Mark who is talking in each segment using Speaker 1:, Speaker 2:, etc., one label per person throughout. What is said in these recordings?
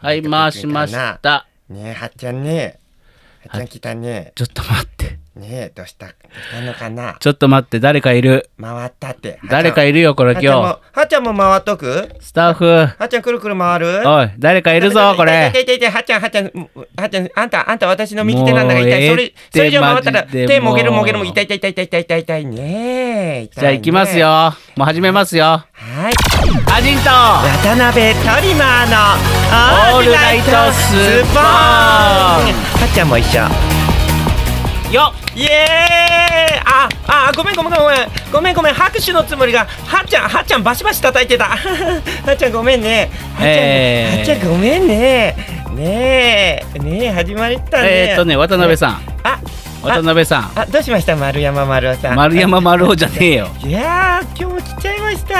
Speaker 1: はい、回しました。
Speaker 2: ねえ、はっちゃんね。はっちゃん来たね。
Speaker 1: ちょっと待って。
Speaker 2: ねえ、どうした、どうしたのかな。
Speaker 1: ちょっと待って、誰かいる。
Speaker 2: 回ったって。
Speaker 1: 誰か
Speaker 2: い
Speaker 1: いるよ、これ今日。
Speaker 2: はっちゃんもはっちゃんも回っとく。
Speaker 1: スタッフ。
Speaker 2: はっちゃんくるくる回る。
Speaker 1: おい、誰かいるぞ、こ
Speaker 2: 痛い
Speaker 1: れ。
Speaker 2: 痛い痛いはっちゃん、はっちゃん、うんはっちゃん、あんた、あんた、私の右手なんだが痛い。
Speaker 1: も
Speaker 2: そう
Speaker 1: ええっ
Speaker 2: れ
Speaker 1: て、
Speaker 2: それ以上回ったら、
Speaker 1: マジで
Speaker 2: 手もげる
Speaker 1: もう
Speaker 2: もげるも痛い痛い痛い痛い痛い痛い痛いねえ。痛いね
Speaker 1: じゃあ行きます。よ。もう始めますよ。
Speaker 2: はい。
Speaker 1: アジント
Speaker 2: 渡辺トリマーの
Speaker 1: オールナイトスッポン
Speaker 2: はっちゃんも一緒。
Speaker 1: よ
Speaker 2: イエーイあ、あ、ごめんごめんごめんごめんごめん拍手のつもりがはっちゃんはっちゃんバシバシ叩いてた はっちゃんごめんねはっちゃん、
Speaker 1: えー
Speaker 2: はっちゃんごめんねねえねえ始まったね
Speaker 1: えーっとね、渡辺さん。
Speaker 2: あ
Speaker 1: 渡辺さん。
Speaker 2: あどうしました丸山丸尾さん
Speaker 1: 丸山丸尾じゃねえよ。
Speaker 2: いやー今日も来ちゃいました切っ
Speaker 1: 来ち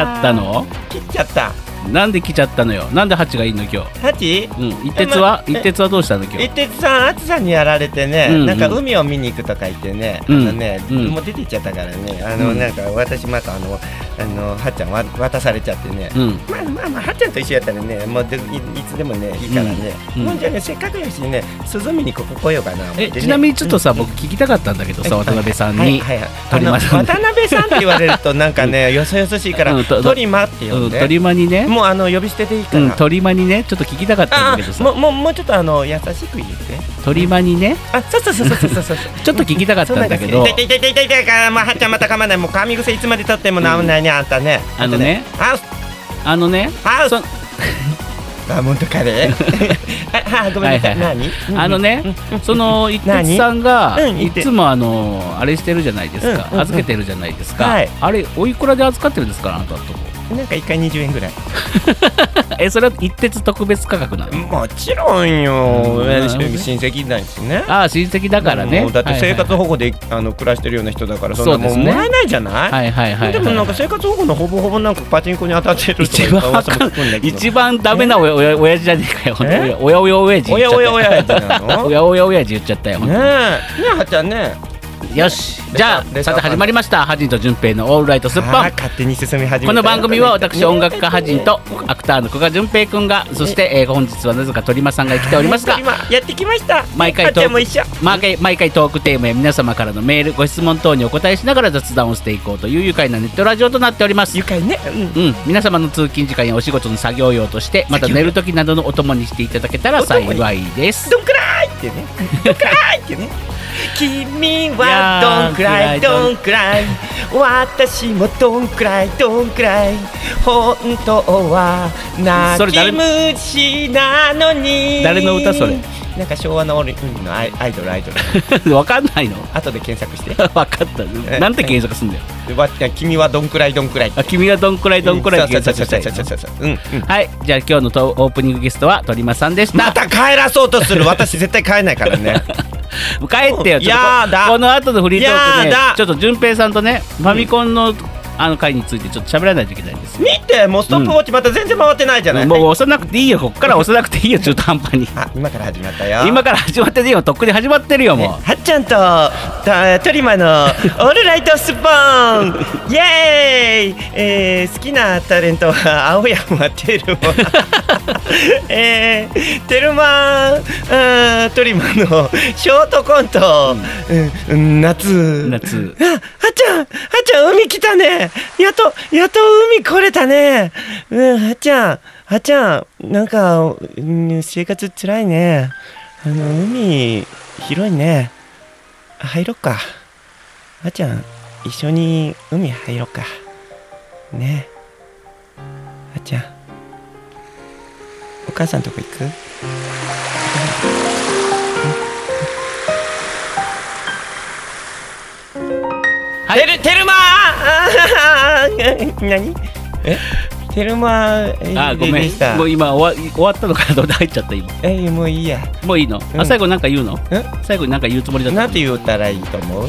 Speaker 1: ゃったの
Speaker 2: 切っちゃった
Speaker 1: なんで来ちゃったのよ。なんでハチがいいの今日。
Speaker 2: ハチ
Speaker 1: うん。一徹は
Speaker 2: えま
Speaker 1: 一徹はどうしたの今
Speaker 2: 一
Speaker 1: 日。
Speaker 2: 徹さん暑さにやられてね、
Speaker 1: うんうん
Speaker 2: なんか海を見に行くとか言ってね、
Speaker 1: うん
Speaker 2: あのね、
Speaker 1: うん
Speaker 2: もう出て行っちゃったからねあの、
Speaker 1: うん
Speaker 2: なんか私またあのあのはっちゃんわ渡されちゃってね、
Speaker 1: うん。
Speaker 2: まあまあまあはっちゃんと一緒やったらねもうでいいつでもねいいからね、
Speaker 1: うんうん
Speaker 2: もうじゃあねせっかくやしね涼みにここ来ようかな思ってね、
Speaker 1: え、ちなみにちょっとさ、
Speaker 2: うん
Speaker 1: 僕聞きたかったんだけどさ、渡辺さん
Speaker 2: はい
Speaker 1: に。
Speaker 2: はいはい
Speaker 1: トリマさん
Speaker 2: あの渡辺さんって言われるとなん かね、よそよそしいから、
Speaker 1: うんと
Speaker 2: トリマって
Speaker 1: う
Speaker 2: 呼ん
Speaker 1: ん、
Speaker 2: で、
Speaker 1: 鳥間にね。
Speaker 2: もうあの呼び捨てでいいか
Speaker 1: う
Speaker 2: ら、
Speaker 1: ん、鳥間にね、ちょっと聞きたかった
Speaker 2: あ
Speaker 1: んだけど
Speaker 2: あ
Speaker 1: さ
Speaker 2: もう、もうもうちょっとあの優しく言って
Speaker 1: 鳥間にね、
Speaker 2: あそうそうそうそうそうそう
Speaker 1: ちょっと聞きたかったんだけど
Speaker 2: そうなんですよ痛い痛い痛い痛い痛いからもうはっちゃんまた噛まないもう噛み癖いつまでとっても治んないね、あんたね
Speaker 1: あのね
Speaker 2: ハウス
Speaker 1: あのね、
Speaker 2: ハウス
Speaker 1: そ
Speaker 2: あモントカ レーああごめんなさい、
Speaker 1: は
Speaker 2: 何
Speaker 1: あのね、その一徹さんが
Speaker 2: うん
Speaker 1: いつもあのあれしてるじゃないです
Speaker 2: うんうんうん
Speaker 1: か、預けてるじゃないですか
Speaker 2: はい。
Speaker 1: あれおいくらで預かってるんですかあなたのとこ。
Speaker 2: なんか一回20円ぐらい
Speaker 1: え、それは一徹特別価格なの。
Speaker 2: もちろんよ、
Speaker 1: うん
Speaker 2: 親戚なんですね
Speaker 1: ああ、親戚だからね
Speaker 2: もう。だって生活
Speaker 1: はい
Speaker 2: 保護で、あの暮らしてるような人だからそんなも
Speaker 1: そううです
Speaker 2: も
Speaker 1: ね
Speaker 2: らえないじゃな
Speaker 1: は
Speaker 2: い、
Speaker 1: いはいはいはい。
Speaker 2: でもなんか生活保護のほぼほぼなんかパチンコに当たってるとか
Speaker 1: 一
Speaker 2: いう
Speaker 1: 番
Speaker 2: 噂も聞くんだけど
Speaker 1: 一番ダメなおやおや親父じゃねえか
Speaker 2: え
Speaker 1: よ。おやおや親父
Speaker 2: お
Speaker 1: 言っちゃっ
Speaker 2: や
Speaker 1: た。
Speaker 2: おやおやってな の
Speaker 1: お
Speaker 2: ね
Speaker 1: やおや親父言っちゃったよ
Speaker 2: え。ねえはっちゃんね
Speaker 1: よし、じゃ
Speaker 2: レッサー
Speaker 1: あさて始まりました。ハジンと順平のオールライトスッポン
Speaker 2: あー。勝手に進み始めた
Speaker 1: この番組は私音楽家ハジンとアクターの古賀淳平くんがそして、えー本日はなぜか鳥間さんが来ておりますが
Speaker 2: 今やってきました
Speaker 1: 毎回
Speaker 2: はっちゃんも
Speaker 1: トーク
Speaker 2: 一緒
Speaker 1: 毎回毎回トークテーマや皆様からのメールご質問等にお答えしながら雑談をしていこうという愉快なネットラジオとなっております
Speaker 2: 愉快ねうん
Speaker 1: うん、皆様の通勤時間やお仕事の作業用としてまた寝る時などのお供にしていただけたら幸い です
Speaker 2: どんくらいっ てねどんくらいってね君はどんくら
Speaker 1: いや
Speaker 2: い
Speaker 1: ー
Speaker 2: どんくらい私もどんくらいどんくらい本当は
Speaker 1: そ
Speaker 2: 泣
Speaker 1: れ誰
Speaker 2: き虫なのに
Speaker 1: 誰の歌それ
Speaker 2: なんか昭和の俺うんのアイアイドルアイドル
Speaker 1: わかんないの
Speaker 2: 後で検索して
Speaker 1: わかったなんて検索すんだよ
Speaker 2: わ君はどんくらいどんくらい
Speaker 1: あ君はどんくらいどんくらいで検索したい
Speaker 2: そう
Speaker 1: の
Speaker 2: そうそうそうそううんうん
Speaker 1: はいじゃあ今日のトーオープニングゲストは鳥間さんでした
Speaker 2: また帰らそうとする私絶対帰んないからね
Speaker 1: 帰ってよ、ちょっと
Speaker 2: やだ
Speaker 1: この後のフリートーク
Speaker 2: や
Speaker 1: ね
Speaker 2: だ、
Speaker 1: ちょっと順平さんとね、ファミコンのあの回についてちょっと喋らないといけないんですよ。
Speaker 2: 見てもうストップウォッチまた全然回ってないじゃない、
Speaker 1: もう押さなくていいよ、こっから押さなくていいよ、中途半端に。
Speaker 2: あ今から始まったよ
Speaker 1: 今から始まってていいよ、とっくに始まってるよ、も
Speaker 2: はっちゃんとたトリマのオールライトスポーンイエーイ、えー好きなタレントは青山テルマえー、テルマあートリマのショートコント、うんうん、夏
Speaker 1: う。夏。
Speaker 2: あ、はっちゃん、はっちゃん、海来たね。やっと、やっと海来れたね。うん、はっちゃん、はっちゃん、なんか、うん、生活つらいね。あの、海、広いね。入ろっか。はっちゃん、一緒に海入ろっか。ね。はっちゃん、お母さんとこ行く
Speaker 1: はい
Speaker 2: テルテルマーあー何えテルマー
Speaker 1: あ、ご
Speaker 2: で
Speaker 1: め
Speaker 2: でした
Speaker 1: ん。もう今終わ終わったのかなと思って入っちゃった、今。
Speaker 2: えもういいや
Speaker 1: もういいの
Speaker 2: う
Speaker 1: あ、
Speaker 2: ん
Speaker 1: 最後なんか言うの
Speaker 2: え
Speaker 1: 最後になんか言うつもりだっ
Speaker 2: なんて言ったらいいと思う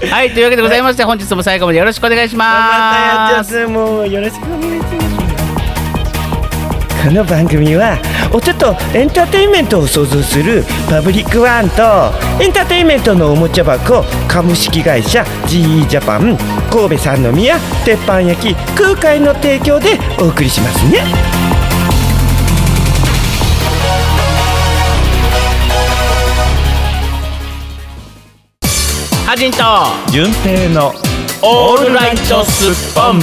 Speaker 1: た。はい、というわけでございまして、本日も最後までよろしくお願いし
Speaker 2: またや
Speaker 1: ま
Speaker 2: っ
Speaker 1: す。
Speaker 2: ちゃうもうよろしくお願いしますこの番組は音とエンターテインメントを創造するパブリックワンとエンターテインメントのおもちゃ箱株式会社 GE ジャパン神戸三宮鉄板焼き空海の提供でお送りしますね。
Speaker 1: 人と
Speaker 2: 順平の
Speaker 1: オールライトスッポン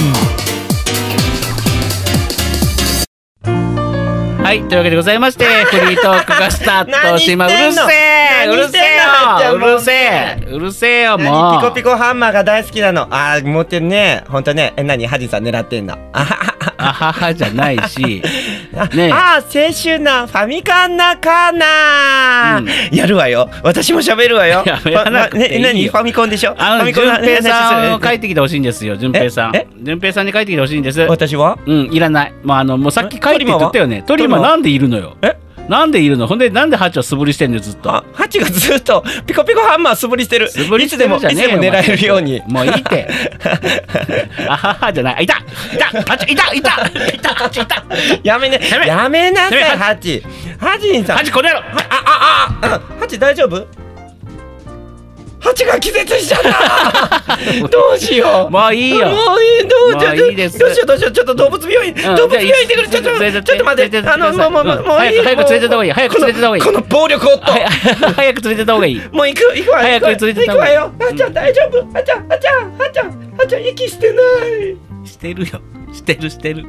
Speaker 1: はいというわけでございまして フリートークがスタートしますう
Speaker 2: 何言
Speaker 1: る
Speaker 2: ってん
Speaker 1: せえうる
Speaker 2: の何言っ
Speaker 1: せ
Speaker 2: てんのあっ
Speaker 1: え
Speaker 2: ちゃ
Speaker 1: よ
Speaker 2: ん
Speaker 1: う
Speaker 2: もう
Speaker 1: るせえうるせえよも
Speaker 2: 何
Speaker 1: う
Speaker 2: ピコピコハンマーが大好きなのあー持ってるねほんとねえ何ハジンさん狙ってんのあはは
Speaker 1: あははじゃない し
Speaker 2: あ
Speaker 1: ねえ
Speaker 2: あー青春なファミカンなカーナー、やるわよ私も喋るわよ
Speaker 1: やめなくていいよ
Speaker 2: ね何ファミコンでしょ
Speaker 1: あ
Speaker 2: ファ
Speaker 1: の
Speaker 2: ミコン
Speaker 1: 順平さんを
Speaker 2: 話す
Speaker 1: 書いてきてほしいんですよ順平さん
Speaker 2: え
Speaker 1: 順平さんに書いてきてほしいんです
Speaker 2: 私は
Speaker 1: うん、いらない。まあ、あの、もうさっき
Speaker 2: え
Speaker 1: 帰って言ったよね。ト
Speaker 2: リ
Speaker 1: リ
Speaker 2: マー
Speaker 1: マ
Speaker 2: は
Speaker 1: なんでいるのよ。
Speaker 2: え
Speaker 1: なんでいるのほんで、なんでハチを素振りしてんのよ、ずっと。
Speaker 2: あハチがずっとピコピコハンマー素振りしてる
Speaker 1: 素振り
Speaker 2: い
Speaker 1: し
Speaker 2: つ
Speaker 1: て
Speaker 2: でも
Speaker 1: る
Speaker 2: いつ
Speaker 1: じゃねえ
Speaker 2: で
Speaker 1: よ。
Speaker 2: も狙えるよ うに
Speaker 1: お前もういいって。あははじゃない。あ、いたいたハチいたいたいたハチいた
Speaker 2: やめね
Speaker 1: やめ
Speaker 2: やめなさい
Speaker 1: やめ
Speaker 2: ハチハチンさん
Speaker 1: ハチこの野郎
Speaker 2: ああああハチ大丈夫ハチが気絶しちゃった どうしよう
Speaker 1: もういいよ
Speaker 2: もういいどう
Speaker 1: もう
Speaker 2: ちょっと
Speaker 1: いいです
Speaker 2: どうしようどうしようちょっと動物病院、
Speaker 1: うん
Speaker 2: 動物病院行ってくるちょっと
Speaker 1: 連れてって
Speaker 2: ちょっと待っ
Speaker 1: 連
Speaker 2: て
Speaker 1: れてって
Speaker 2: あの
Speaker 1: ください
Speaker 2: もうもう
Speaker 1: うん
Speaker 2: もうい
Speaker 1: 早
Speaker 2: い
Speaker 1: く早く連れてった方がいい早く連れてった方がいい
Speaker 2: このこの暴力夫
Speaker 1: はい早く連れてった方がいい。
Speaker 2: もう行く行くわ
Speaker 1: 早く連れてった
Speaker 2: 行
Speaker 1: 方が
Speaker 2: くわ
Speaker 1: いい
Speaker 2: よハチゃん大丈夫ハチゃんハチゃんハチゃんハチゃん息してない
Speaker 1: してるよ。してるしてる。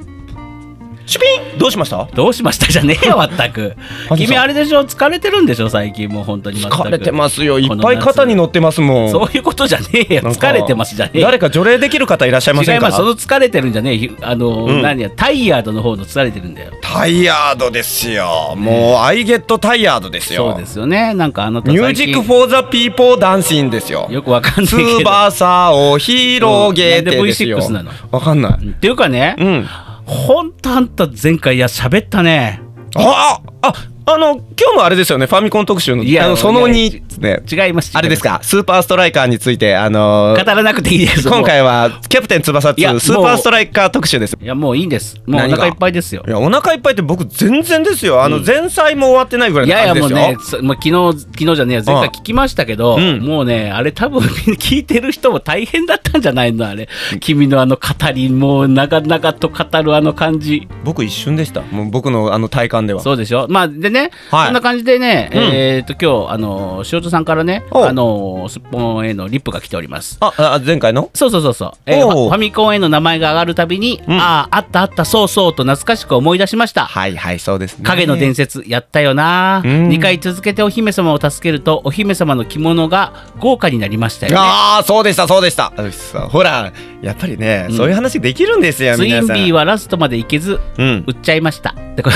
Speaker 2: シュピンどうしました
Speaker 1: どうしましたじゃねえよ、まったく。
Speaker 2: ハチさん
Speaker 1: 君、あれでしょ疲れてるんでしょ最近もう本当に全く。
Speaker 2: 疲れてますよいっぱい肩に乗ってますもん
Speaker 1: そういうことじゃねえよ。
Speaker 2: なんか
Speaker 1: 疲れてますじゃねえよ。
Speaker 2: 誰か除霊できる方いらっしゃいませ
Speaker 1: 違
Speaker 2: ん
Speaker 1: い
Speaker 2: か
Speaker 1: ますその疲れてるんじゃねえひあの、
Speaker 2: うん
Speaker 1: 何やタイヤードの方の疲れてるんだよ
Speaker 2: タイヤードですよもう、アイゲットタイヤードですよ
Speaker 1: そうですよねなんかあなた
Speaker 2: ミュージック・フォー・ザ・ピーポー・ダンシンですよ
Speaker 1: よくわかんないけど
Speaker 2: 翼を広げてですよ
Speaker 1: うんなんで V6 な
Speaker 2: わかんない
Speaker 1: うんっていうかね、
Speaker 2: うん
Speaker 1: ほんとあんた前回いや喋ったね
Speaker 2: あああの今日もあれですよねファミコン特集の
Speaker 1: いや
Speaker 2: あのその
Speaker 1: いや
Speaker 2: 2ですね
Speaker 1: 違います
Speaker 2: あれですかスーパーストライカーについてあの
Speaker 1: 語らなくていいです
Speaker 2: 今
Speaker 1: も
Speaker 2: 回はキャプテン翼
Speaker 1: いや
Speaker 2: 2スーパーストライカー特集です
Speaker 1: ういやもういいんですもうお
Speaker 2: 何が
Speaker 1: 腹いっぱいですよ
Speaker 2: いやお腹いっぱいって僕全然ですよあの前菜も終わってないぐらい
Speaker 1: い
Speaker 2: の
Speaker 1: やいや
Speaker 2: 感じ
Speaker 1: も
Speaker 2: で
Speaker 1: う
Speaker 2: す
Speaker 1: ね、
Speaker 2: よ、
Speaker 1: そまあ、昨日、昨日じゃねえや、前回聞きましたけど、
Speaker 2: うん
Speaker 1: もうね、あれ多分聞いてる人も大変だったんじゃないの、あれ。君のあの語り、もう長々と語るあの感じ。
Speaker 2: 僕一瞬でしたもう僕のあの体感では
Speaker 1: そうでしょまあでね、
Speaker 2: はい
Speaker 1: そんな感じでね、
Speaker 2: うん
Speaker 1: えっ、と今日あのー塩戸さんからね
Speaker 2: おう
Speaker 1: あのーすっぽんへのリップが来ております
Speaker 2: ああ前回の
Speaker 1: そうそうそうそう、えー
Speaker 2: おう
Speaker 1: ファファミコンへの名前が上がるたびに、
Speaker 2: うん
Speaker 1: あああったあったそうそうと懐かしく思い出しました
Speaker 2: はいはいそうですね
Speaker 1: 影の伝説やったよな、
Speaker 2: うん
Speaker 1: 2回続けてお姫様を助けるとお姫様の着物が豪華になりましたよね
Speaker 2: ああそうでしたそうでしたうっそほらやっぱりね、
Speaker 1: うん
Speaker 2: そういう話できるんですよ
Speaker 1: ツイ
Speaker 2: 皆
Speaker 1: ン
Speaker 2: さん
Speaker 1: ビーはラストまで行けず
Speaker 2: うん
Speaker 1: 売っちゃいましたって こと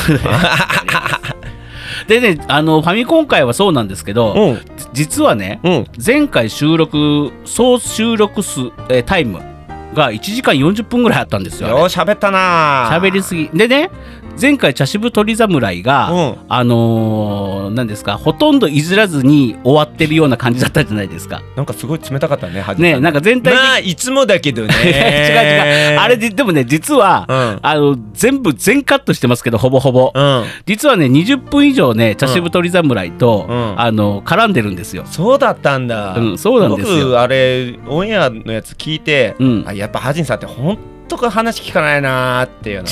Speaker 1: ででねあのファミコン界はそうなんですけど、
Speaker 2: うん
Speaker 1: 実はね、
Speaker 2: うん
Speaker 1: 前回収録総収録数、えータイムが1時間40分ぐらいあったんです
Speaker 2: よ
Speaker 1: よ
Speaker 2: う喋ったなー
Speaker 1: 喋りすぎでね前回茶渋鳥侍が、
Speaker 2: うん
Speaker 1: あのー、何ですかほとんどいずらずに終わってるような感じだったじゃないですか
Speaker 2: なんかすごい冷たかったねはじ
Speaker 1: ねなんか全体的、
Speaker 2: まあいつもだけど ね
Speaker 1: 違う違うあれででもね実は、
Speaker 2: うん
Speaker 1: あの全部全カットしてますけどほぼほぼ、
Speaker 2: うん
Speaker 1: 実はね20分以上ね茶渋鳥侍と、
Speaker 2: うん
Speaker 1: あの絡んでるんですよ
Speaker 2: そうだったんだ、
Speaker 1: うんそうなんですよ
Speaker 2: 僕あれオンエアのやつ聞いて、
Speaker 1: うん
Speaker 2: あやっぱハジンさんって本当か話聞かないなーっていうの ね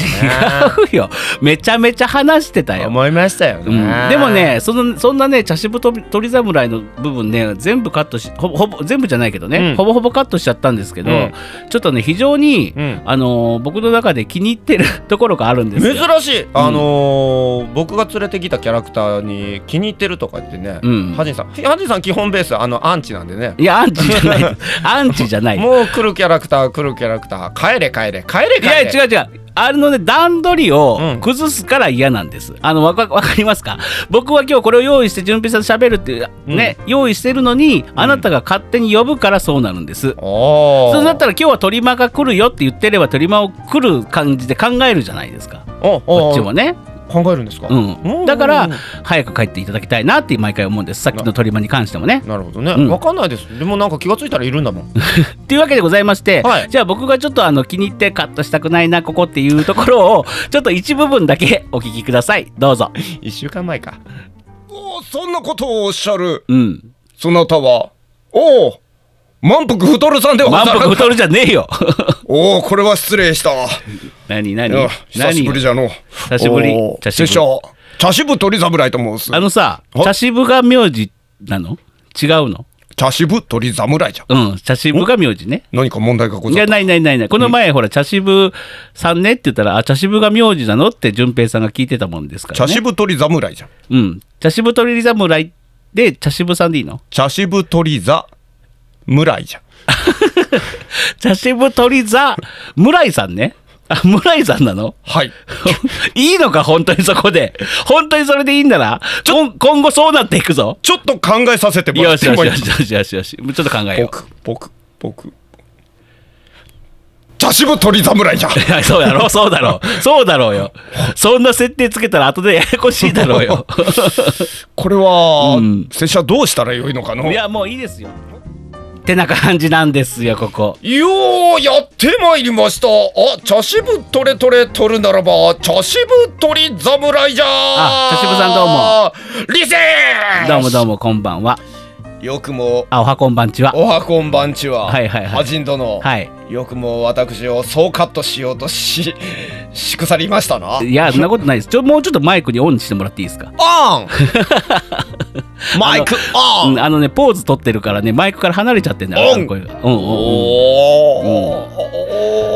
Speaker 1: 違うよめちゃめちゃ話してたよ
Speaker 2: 思いましたよね、
Speaker 1: うんでもねそのそんなね茶渋と鳥侍の部分ね全部カットしほぼほぼ全部じゃないけどね、
Speaker 2: うん
Speaker 1: ほぼほぼカットしちゃったんですけど、
Speaker 2: うん
Speaker 1: ちょっとね非常に、
Speaker 2: うん
Speaker 1: あのー僕の中で気に入ってるところがあるんですよ。
Speaker 2: 珍しい、あのー僕が連れてきたキャラクターに気に入ってるとか言ってね、
Speaker 1: うん
Speaker 2: ハジンさんハジンさん基本ベースあのアンチなんでね
Speaker 1: いやアンチじゃない アンチじゃない。い
Speaker 2: もう来るキャラクター来るキャラクター帰れ帰れ帰れ帰れ
Speaker 1: や違う違うあのね段取りを
Speaker 2: うん
Speaker 1: 崩すから嫌なんです。あのわかわかりますか僕は今日これを用意して順平さんと喋るっていうね、用意してるのにあなたが勝手に呼ぶからそうなるんです。
Speaker 2: おー
Speaker 1: そうなったら今日は鳥間が来るよって言ってれば鳥間を来る感じで考えるじゃないですか
Speaker 2: おお
Speaker 1: こっちもね、
Speaker 2: 考えるんですか、
Speaker 1: うん、
Speaker 2: お
Speaker 1: だから早く帰っていただきたいなって毎回思うんですさっきの鳥間に関してもね。
Speaker 2: なるほどね、
Speaker 1: うん
Speaker 2: わかんないですでもなんか気がついたらいるんだもん
Speaker 1: っていうわけでございまして、
Speaker 2: はい
Speaker 1: じゃあ僕がちょっとあの気に入ってカットしたくないなここっていうところを ちょっと一部分だけお聞きくださいどうぞ。
Speaker 2: 一週間前かおそんなことをおっしゃる
Speaker 1: うん、
Speaker 2: そなたはおお満腹太るさんで
Speaker 1: 満腹太るじゃねえ よ
Speaker 2: おおこれは失礼した
Speaker 1: 何何何
Speaker 2: じゃの
Speaker 1: 久しぶりおー茶渋拙者
Speaker 2: 茶渋鳥侍と申す
Speaker 1: あのさ
Speaker 2: お
Speaker 1: 茶渋が名字なの違うの
Speaker 3: 茶渋鳥侍じゃ。
Speaker 1: うん、茶渋が名字ね。
Speaker 3: 何か問題がご
Speaker 1: い
Speaker 3: ざ
Speaker 1: や、
Speaker 3: る。
Speaker 1: ないないないない。この前、ほら、茶渋さんねって言ったら、あ、茶渋が名字なのって、淳平さんが聞いてたもんですから、
Speaker 3: 茶
Speaker 1: ね。
Speaker 3: 渋鳥侍じゃ。
Speaker 1: うん。茶渋鳥侍で、茶渋さんでいいの
Speaker 3: 茶渋鳥座侍じゃ。
Speaker 1: 茶渋鳥座、村井さんね。あ、村井さんなの
Speaker 3: はい。
Speaker 1: いいのか、本当にそこで。本当にそれでいいんなら、今今後そうなっていくぞ。
Speaker 3: ちょっと考えさせてもら
Speaker 1: よ
Speaker 3: っ
Speaker 1: してよし
Speaker 3: もいい
Speaker 1: よしよしよしよし。ちょっと考えよう。
Speaker 3: 僕、僕、僕。茶渋鳥侍じゃ。
Speaker 1: いやそうやろそうだろうそうだろうよそんな設定つけたら後で ややこしいだろうよ
Speaker 3: これは、
Speaker 1: うん
Speaker 3: 拙者どうしたらよいのかないいや
Speaker 1: やもういいですよってな感じなんですよここ
Speaker 3: ーやってまいりましたあ茶渋トレトレ取るならば茶渋鳥侍じゃ
Speaker 1: あ茶渋さんどう
Speaker 3: どうもリセー
Speaker 1: どうもどうもこんばんは
Speaker 3: よくも
Speaker 1: あおはこんばんちは
Speaker 3: おはこんばんちは
Speaker 1: はいはいはい
Speaker 3: 羽人殿、
Speaker 1: はい
Speaker 3: よくも私をそうカットしようとし しくさりましたない
Speaker 1: やそんなことないですちょもうちょっとマイクにオンにしてもらっていいですか
Speaker 3: オンマイクオ
Speaker 1: う
Speaker 3: ン、
Speaker 1: んあのねポーズ取ってるからねマイクから離れちゃってんだよ
Speaker 3: オン
Speaker 1: これうんうんうん
Speaker 3: お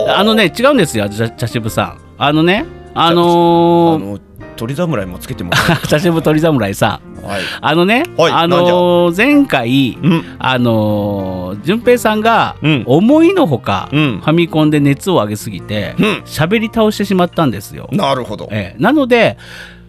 Speaker 3: ー
Speaker 1: あのね違うんですよ茶茶渋さんあのねあのー
Speaker 3: の鳥侍もつけてもら
Speaker 1: 茶渋鳥侍さん
Speaker 3: う。はい。
Speaker 1: あのね、
Speaker 3: はい
Speaker 1: あのー前回
Speaker 3: うん。
Speaker 1: あのー、淳平さんが
Speaker 3: うん
Speaker 1: 思いのほかフ
Speaker 3: うん
Speaker 1: ァミコンで熱を上げすぎて
Speaker 3: うん。
Speaker 1: 喋り倒してしまったんですよ。
Speaker 3: なるほど。
Speaker 1: ええなので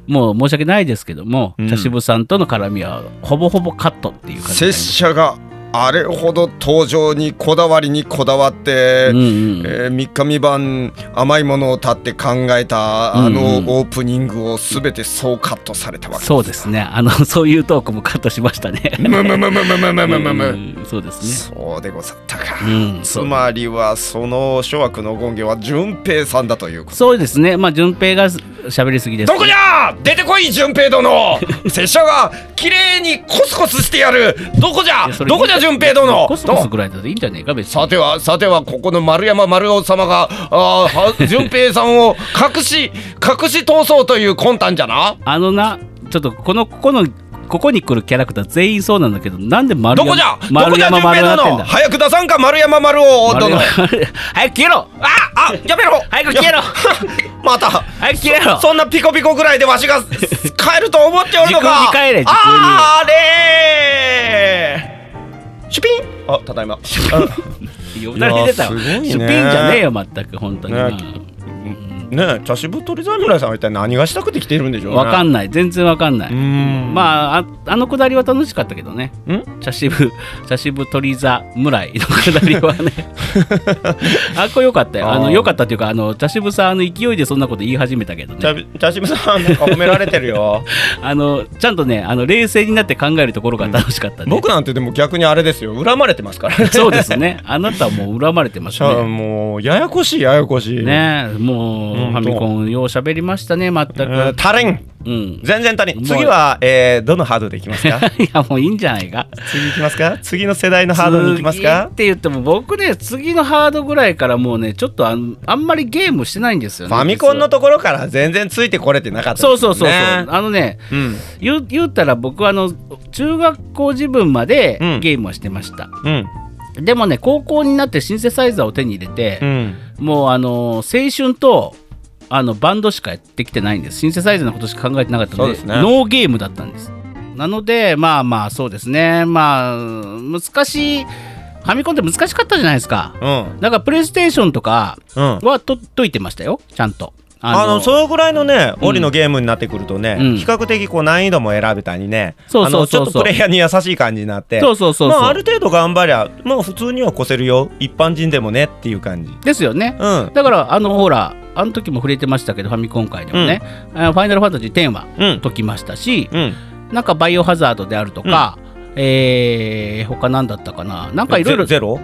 Speaker 1: もう申し訳ないですけども
Speaker 3: うん
Speaker 1: 茶渋さんとの絡みはほぼほぼカットっていう感じ
Speaker 3: 拙者があれほど登場にこだわりにこだわって、
Speaker 1: うんうん
Speaker 3: えー、3日三晩甘いものを立って考えたあの
Speaker 1: うんうん
Speaker 3: オープニングをすべてそうカットされたわけ。
Speaker 1: そうですねあの そういうトークもカットしましたね。
Speaker 3: むむむむむむむむむ
Speaker 1: う
Speaker 3: む。
Speaker 1: んそうですね。
Speaker 3: そうでござったか。
Speaker 1: うん、
Speaker 3: つ
Speaker 1: そう
Speaker 3: まりはその諸悪の権限は順平さんだということ。
Speaker 1: そうですねまあ淳平が喋りすぎです、
Speaker 3: どこじゃ出てこい順 平殿拙者が綺麗にコスコスしてやるどこじゃ
Speaker 1: いやそれ
Speaker 3: どこじゃ順平殿
Speaker 1: コスコ
Speaker 3: ど
Speaker 1: ス
Speaker 3: う
Speaker 1: ぐらいだといいんじゃねえか別に。
Speaker 3: さてはさてはここの丸山丸尾様があーは順平さんを隠し隠し通そうという魂胆じゃな
Speaker 1: あのな、ちょっとこのここのここに来るキャラクター全員そうなんだけど、なんで丸
Speaker 3: ど
Speaker 1: 山
Speaker 3: こじゃどこ
Speaker 1: 丸
Speaker 3: じゃ
Speaker 1: 山
Speaker 3: 順
Speaker 1: 丸
Speaker 3: 平
Speaker 1: 山ってん
Speaker 3: 殿
Speaker 1: だ。
Speaker 3: 早く出さんか丸山丸尾
Speaker 1: 丸
Speaker 3: 殿
Speaker 1: 山
Speaker 3: あ
Speaker 1: 早く消えろ。
Speaker 3: あやめろ
Speaker 1: 早く消えろ
Speaker 3: やまた
Speaker 1: 早く消えろ。
Speaker 3: そんなピコピコぐらいでわしが帰ると思っておるのか
Speaker 1: 時空に帰れ時空に
Speaker 3: あーれーシュピンあただいま
Speaker 1: よだれ出た
Speaker 3: い
Speaker 1: わ。
Speaker 3: やす
Speaker 1: シ
Speaker 3: ごい
Speaker 1: ュ
Speaker 3: ね
Speaker 1: ピンじゃねえよ全く本当にな。
Speaker 3: ねねえ茶渋鳥侍さんは一体何がしたくて来てるんでしょうね
Speaker 1: わかんない全然わかんな
Speaker 3: う
Speaker 1: い。
Speaker 3: んあ
Speaker 1: まあああのくだりは楽しかったけどね。
Speaker 3: ん
Speaker 1: 茶渋茶渋鳥座村井のくだりは ね。あっこよかったよ。あ
Speaker 3: あ
Speaker 1: の
Speaker 3: ー
Speaker 1: よかったっていうかあの茶渋さんあの勢いでそんなこと言い始めたけどね。
Speaker 3: 茶茶渋さんなんか褒められてるよ
Speaker 1: あのちゃんとねあの冷静になって考えるところが楽しかったね、
Speaker 3: 僕なんてでも逆にあれですよ恨まれてますからね
Speaker 1: そうですねあなたはもう恨まれてます
Speaker 3: しゃ
Speaker 1: ね
Speaker 3: もうややこしいややこしい
Speaker 1: ねえもうフ
Speaker 3: うん
Speaker 1: ァミコンよう喋りましたね全
Speaker 3: えー
Speaker 1: く、
Speaker 3: 足りん
Speaker 1: うん、
Speaker 3: 全然足り
Speaker 1: も
Speaker 3: ん
Speaker 1: う
Speaker 3: 次は、えー、どのハードでいきますか
Speaker 1: いやもういいんじゃないか
Speaker 3: 次いきますか次の世代のハードにいきますか
Speaker 1: 次って言っても僕ね次のハードぐらいからもうねちょっとあんあんまりゲームしてないんですよ
Speaker 3: フ
Speaker 1: ね
Speaker 3: ァミコン
Speaker 1: 実
Speaker 3: の
Speaker 1: は
Speaker 3: ところから全然ついてこれてなかったです
Speaker 1: そう
Speaker 3: ね
Speaker 1: そうそうそう、あのね
Speaker 3: うん
Speaker 1: 言う言ったら僕はあの中学校自分まで
Speaker 3: うん
Speaker 1: ゲームはしてました、
Speaker 3: うん
Speaker 1: でもね高校になってシンセサイザーを手に入れて、
Speaker 3: うん
Speaker 1: もうあの青春とあのバンドしかやってきてないんですシンセサイズのことしか考えてなかったの
Speaker 3: そう
Speaker 1: で
Speaker 3: ですね
Speaker 1: ノーゲームだったんですなのでまあまあそうですねまあ難しいファミコンって難しかったじゃないですか
Speaker 3: うん
Speaker 1: だからプレイステーションとか
Speaker 3: うん
Speaker 1: はと解いてましたよちゃんとあ
Speaker 3: あのそのぐらいのね
Speaker 1: うん
Speaker 3: 折のゲームになってくるとね、
Speaker 1: うん
Speaker 3: 比較的こう難易度も選べたりね
Speaker 1: そう
Speaker 3: あ
Speaker 1: そう
Speaker 3: のち
Speaker 1: そう
Speaker 3: ょ
Speaker 1: そ
Speaker 3: っ
Speaker 1: う
Speaker 3: とプレイヤーに優しい感じになって
Speaker 1: そうそうそう
Speaker 3: まあ、
Speaker 1: そ
Speaker 3: あ
Speaker 1: う
Speaker 3: る程度頑張りゃまあ普通には越せるよ一般人でもねっていう感じ
Speaker 1: ですよね
Speaker 3: うん
Speaker 1: だからあのほらあの時も触れてましたけどファミコン界でもね「あのファイナルファンタジー10」は
Speaker 3: うん
Speaker 1: 解きましたし、
Speaker 3: うん
Speaker 1: なんかバイオハザードであるとか、えー、他何だったかな、なんかいろいろ、
Speaker 3: ゼゼロ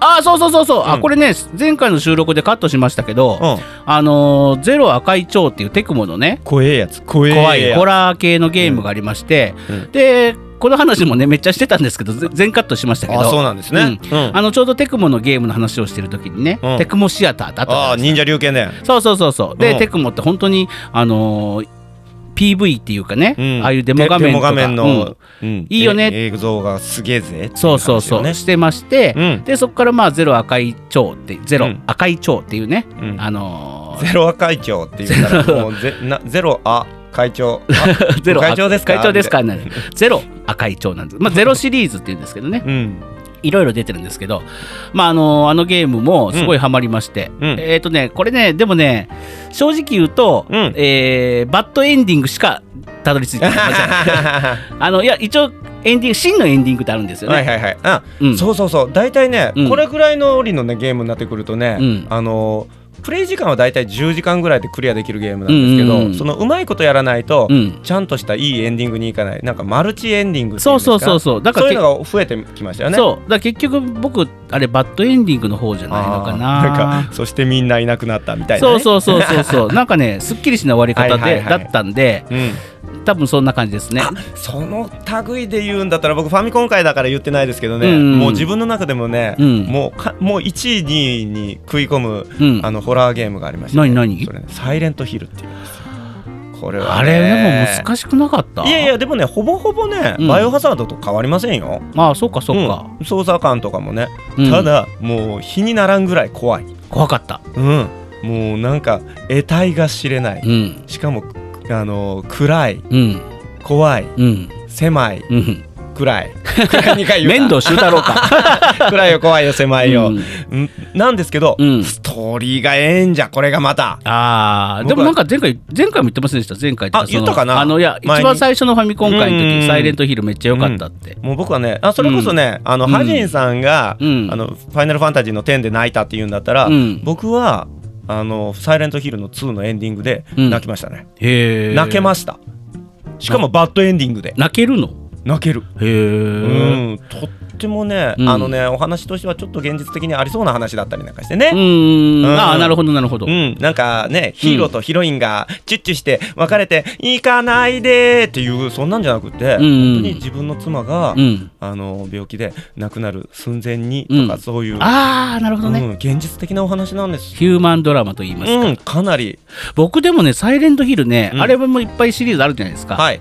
Speaker 1: あー、そうそうそうそう、あ
Speaker 3: うん
Speaker 1: これね、前回の収録でカットしましたけど、
Speaker 3: うん
Speaker 1: あのーゼロ赤い蝶っていうテクモのね、
Speaker 3: 怖えやつ怖えやつ
Speaker 1: 怖いホラー系のゲームがありまして、
Speaker 3: うんうん
Speaker 1: で、この話もね、めっちゃしてたんですけど、ぜ全カットしましたけど。
Speaker 3: あそうなんですねうん、
Speaker 1: あのちょうどテクモのゲームの話をしてる時にね、
Speaker 3: うん
Speaker 1: テクモシアターだったじゃないです
Speaker 3: あ
Speaker 1: か
Speaker 3: あ忍者龍拳ね
Speaker 1: そうそうそうそうで、
Speaker 3: うん
Speaker 1: テクモって本当にあのー PV っていうかね、
Speaker 2: うん
Speaker 1: ああいうデモ画面とか
Speaker 2: デデモ画面
Speaker 1: うん
Speaker 2: の、うん
Speaker 1: いいよね
Speaker 2: え映像がすげえぜ
Speaker 1: そうそうそう、
Speaker 2: ってい話よね
Speaker 1: してまして、
Speaker 2: うん
Speaker 1: でそこからまあゼロ赤い蝶ってゼロ、
Speaker 2: うん
Speaker 1: 赤い蝶っていうね、
Speaker 2: うん
Speaker 1: あの ー
Speaker 2: ゼロ赤会長って言ったらもうゼな ゼロあ会長 あ
Speaker 1: ゼロ
Speaker 2: 会長ですか
Speaker 1: 会長ですかなんでゼロ赤い蝶なんです、まあ、ゼロシリーズっていうんですけどね
Speaker 2: うん
Speaker 1: いろいろ出てるんですけど、まあ、あのあのゲームもすごいハマりまして、
Speaker 2: うんうん
Speaker 1: えっ、とねこれねでもね正直言う と、
Speaker 2: うん
Speaker 1: えーバッドエンディングしかたどり着い てないあのいや一応エンディング真のエンディングってあるんですよね。
Speaker 2: はいはいはいあ
Speaker 1: うん
Speaker 2: そうそうそう大体ね、
Speaker 1: うん
Speaker 2: これぐらいの折のねゲームになってくるとね、
Speaker 1: うん
Speaker 2: あのプレイ時間は大体10時間ぐらいでクリアできるゲームなんですけど、
Speaker 1: うんうんうん
Speaker 2: そのうまいことやらないと、
Speaker 1: うん
Speaker 2: ちゃんとしたいいエンディングにいかないなんかマルチエンディングってい
Speaker 1: そ
Speaker 2: うん
Speaker 1: う
Speaker 2: ですか
Speaker 1: そうそうそうだか
Speaker 2: そう
Speaker 1: ら
Speaker 2: いうのが増えてきましたよね
Speaker 1: そうだから結局僕あれバッドエンディングの方じゃないのかな
Speaker 2: あーなんかそしてみんないなくなったみたいな、ね、
Speaker 1: そうそうそうそう そうなんかねすっきりしない終わり方で、
Speaker 2: はいはいはい
Speaker 1: だったんで
Speaker 2: う、ん、
Speaker 1: 多分そんな感じですね
Speaker 2: その類で言うんだったら僕ファミコン界だから言ってないですけどね、
Speaker 1: うん
Speaker 2: もう自分の中でもね、
Speaker 1: うん
Speaker 2: もうかもう1位2位に食い込む
Speaker 1: うん
Speaker 2: あのホラーゲームがありました、
Speaker 1: 何何
Speaker 2: それねサイレントヒルっていうんですよこれは、ね、
Speaker 1: あれでも難しくなかった
Speaker 2: いやいやでもねほぼほぼね、
Speaker 1: うん
Speaker 2: バイオハザードと変わりませんよ
Speaker 1: ああそうかそうか、
Speaker 2: うん操作感とかもね、
Speaker 1: うん
Speaker 2: ただもう日にならんぐらい怖い
Speaker 1: 怖かった
Speaker 2: うんもうなんか得体が知れない、
Speaker 1: うん
Speaker 2: しかもあの暗い
Speaker 1: うん
Speaker 2: 怖い
Speaker 1: うん
Speaker 2: 狭い
Speaker 1: うん
Speaker 2: 暗い 暗い2回言うな
Speaker 1: 面倒修太郎か
Speaker 2: 暗いよ怖いよ狭いよ、
Speaker 1: うん
Speaker 2: んなんですけど、
Speaker 1: うん
Speaker 2: ストーリーがええんじゃこれがまた
Speaker 1: あーでもなんか前回前回も言ってませんでした前回と
Speaker 2: あ言ったかな
Speaker 1: そのあのいや一
Speaker 2: 前に
Speaker 1: 番最初のファミコン会の
Speaker 2: うんうんう
Speaker 1: 時
Speaker 2: ん
Speaker 1: サイレントヒルめっちゃ良かったって
Speaker 2: もう僕はねあそれこそね、あの
Speaker 1: うん
Speaker 2: ハジンさんが、
Speaker 1: うん
Speaker 2: あのファイナルファンタジーの10で泣いたって言うんだったら、
Speaker 1: うん
Speaker 2: 僕はあのサイレントヒルの2のエンディングで
Speaker 1: うん
Speaker 2: 泣きましたね、
Speaker 1: へえ
Speaker 2: 泣けましたしかもバッドエンディングで
Speaker 1: 泣けるの
Speaker 2: 泣ける
Speaker 1: へ
Speaker 2: う
Speaker 1: え
Speaker 2: んとってもね、
Speaker 1: うん
Speaker 2: あのねお話としてはちょっと現実的にありそうな話だったりなんかしてね、
Speaker 1: う
Speaker 2: うん
Speaker 1: ん
Speaker 2: うん
Speaker 1: ああなるほどなるほど
Speaker 2: なんかねヒーローとヒロインがチュッチュして別れて「行かないで」っていうそんなんじゃなくて、
Speaker 1: うん
Speaker 2: 本当に自分の妻が、
Speaker 1: うん
Speaker 2: あの病気で亡くなる寸前に
Speaker 1: うん
Speaker 2: とかそういう、
Speaker 1: ああなるほどね、
Speaker 2: うん現実的なお話なんです。
Speaker 1: ヒューマンドラマと言いますか、
Speaker 2: うん、かなり、
Speaker 1: 僕でもね「サイレントヒルね」
Speaker 2: うん
Speaker 1: あれもいっぱいシリーズあるじゃないですか、
Speaker 2: はい、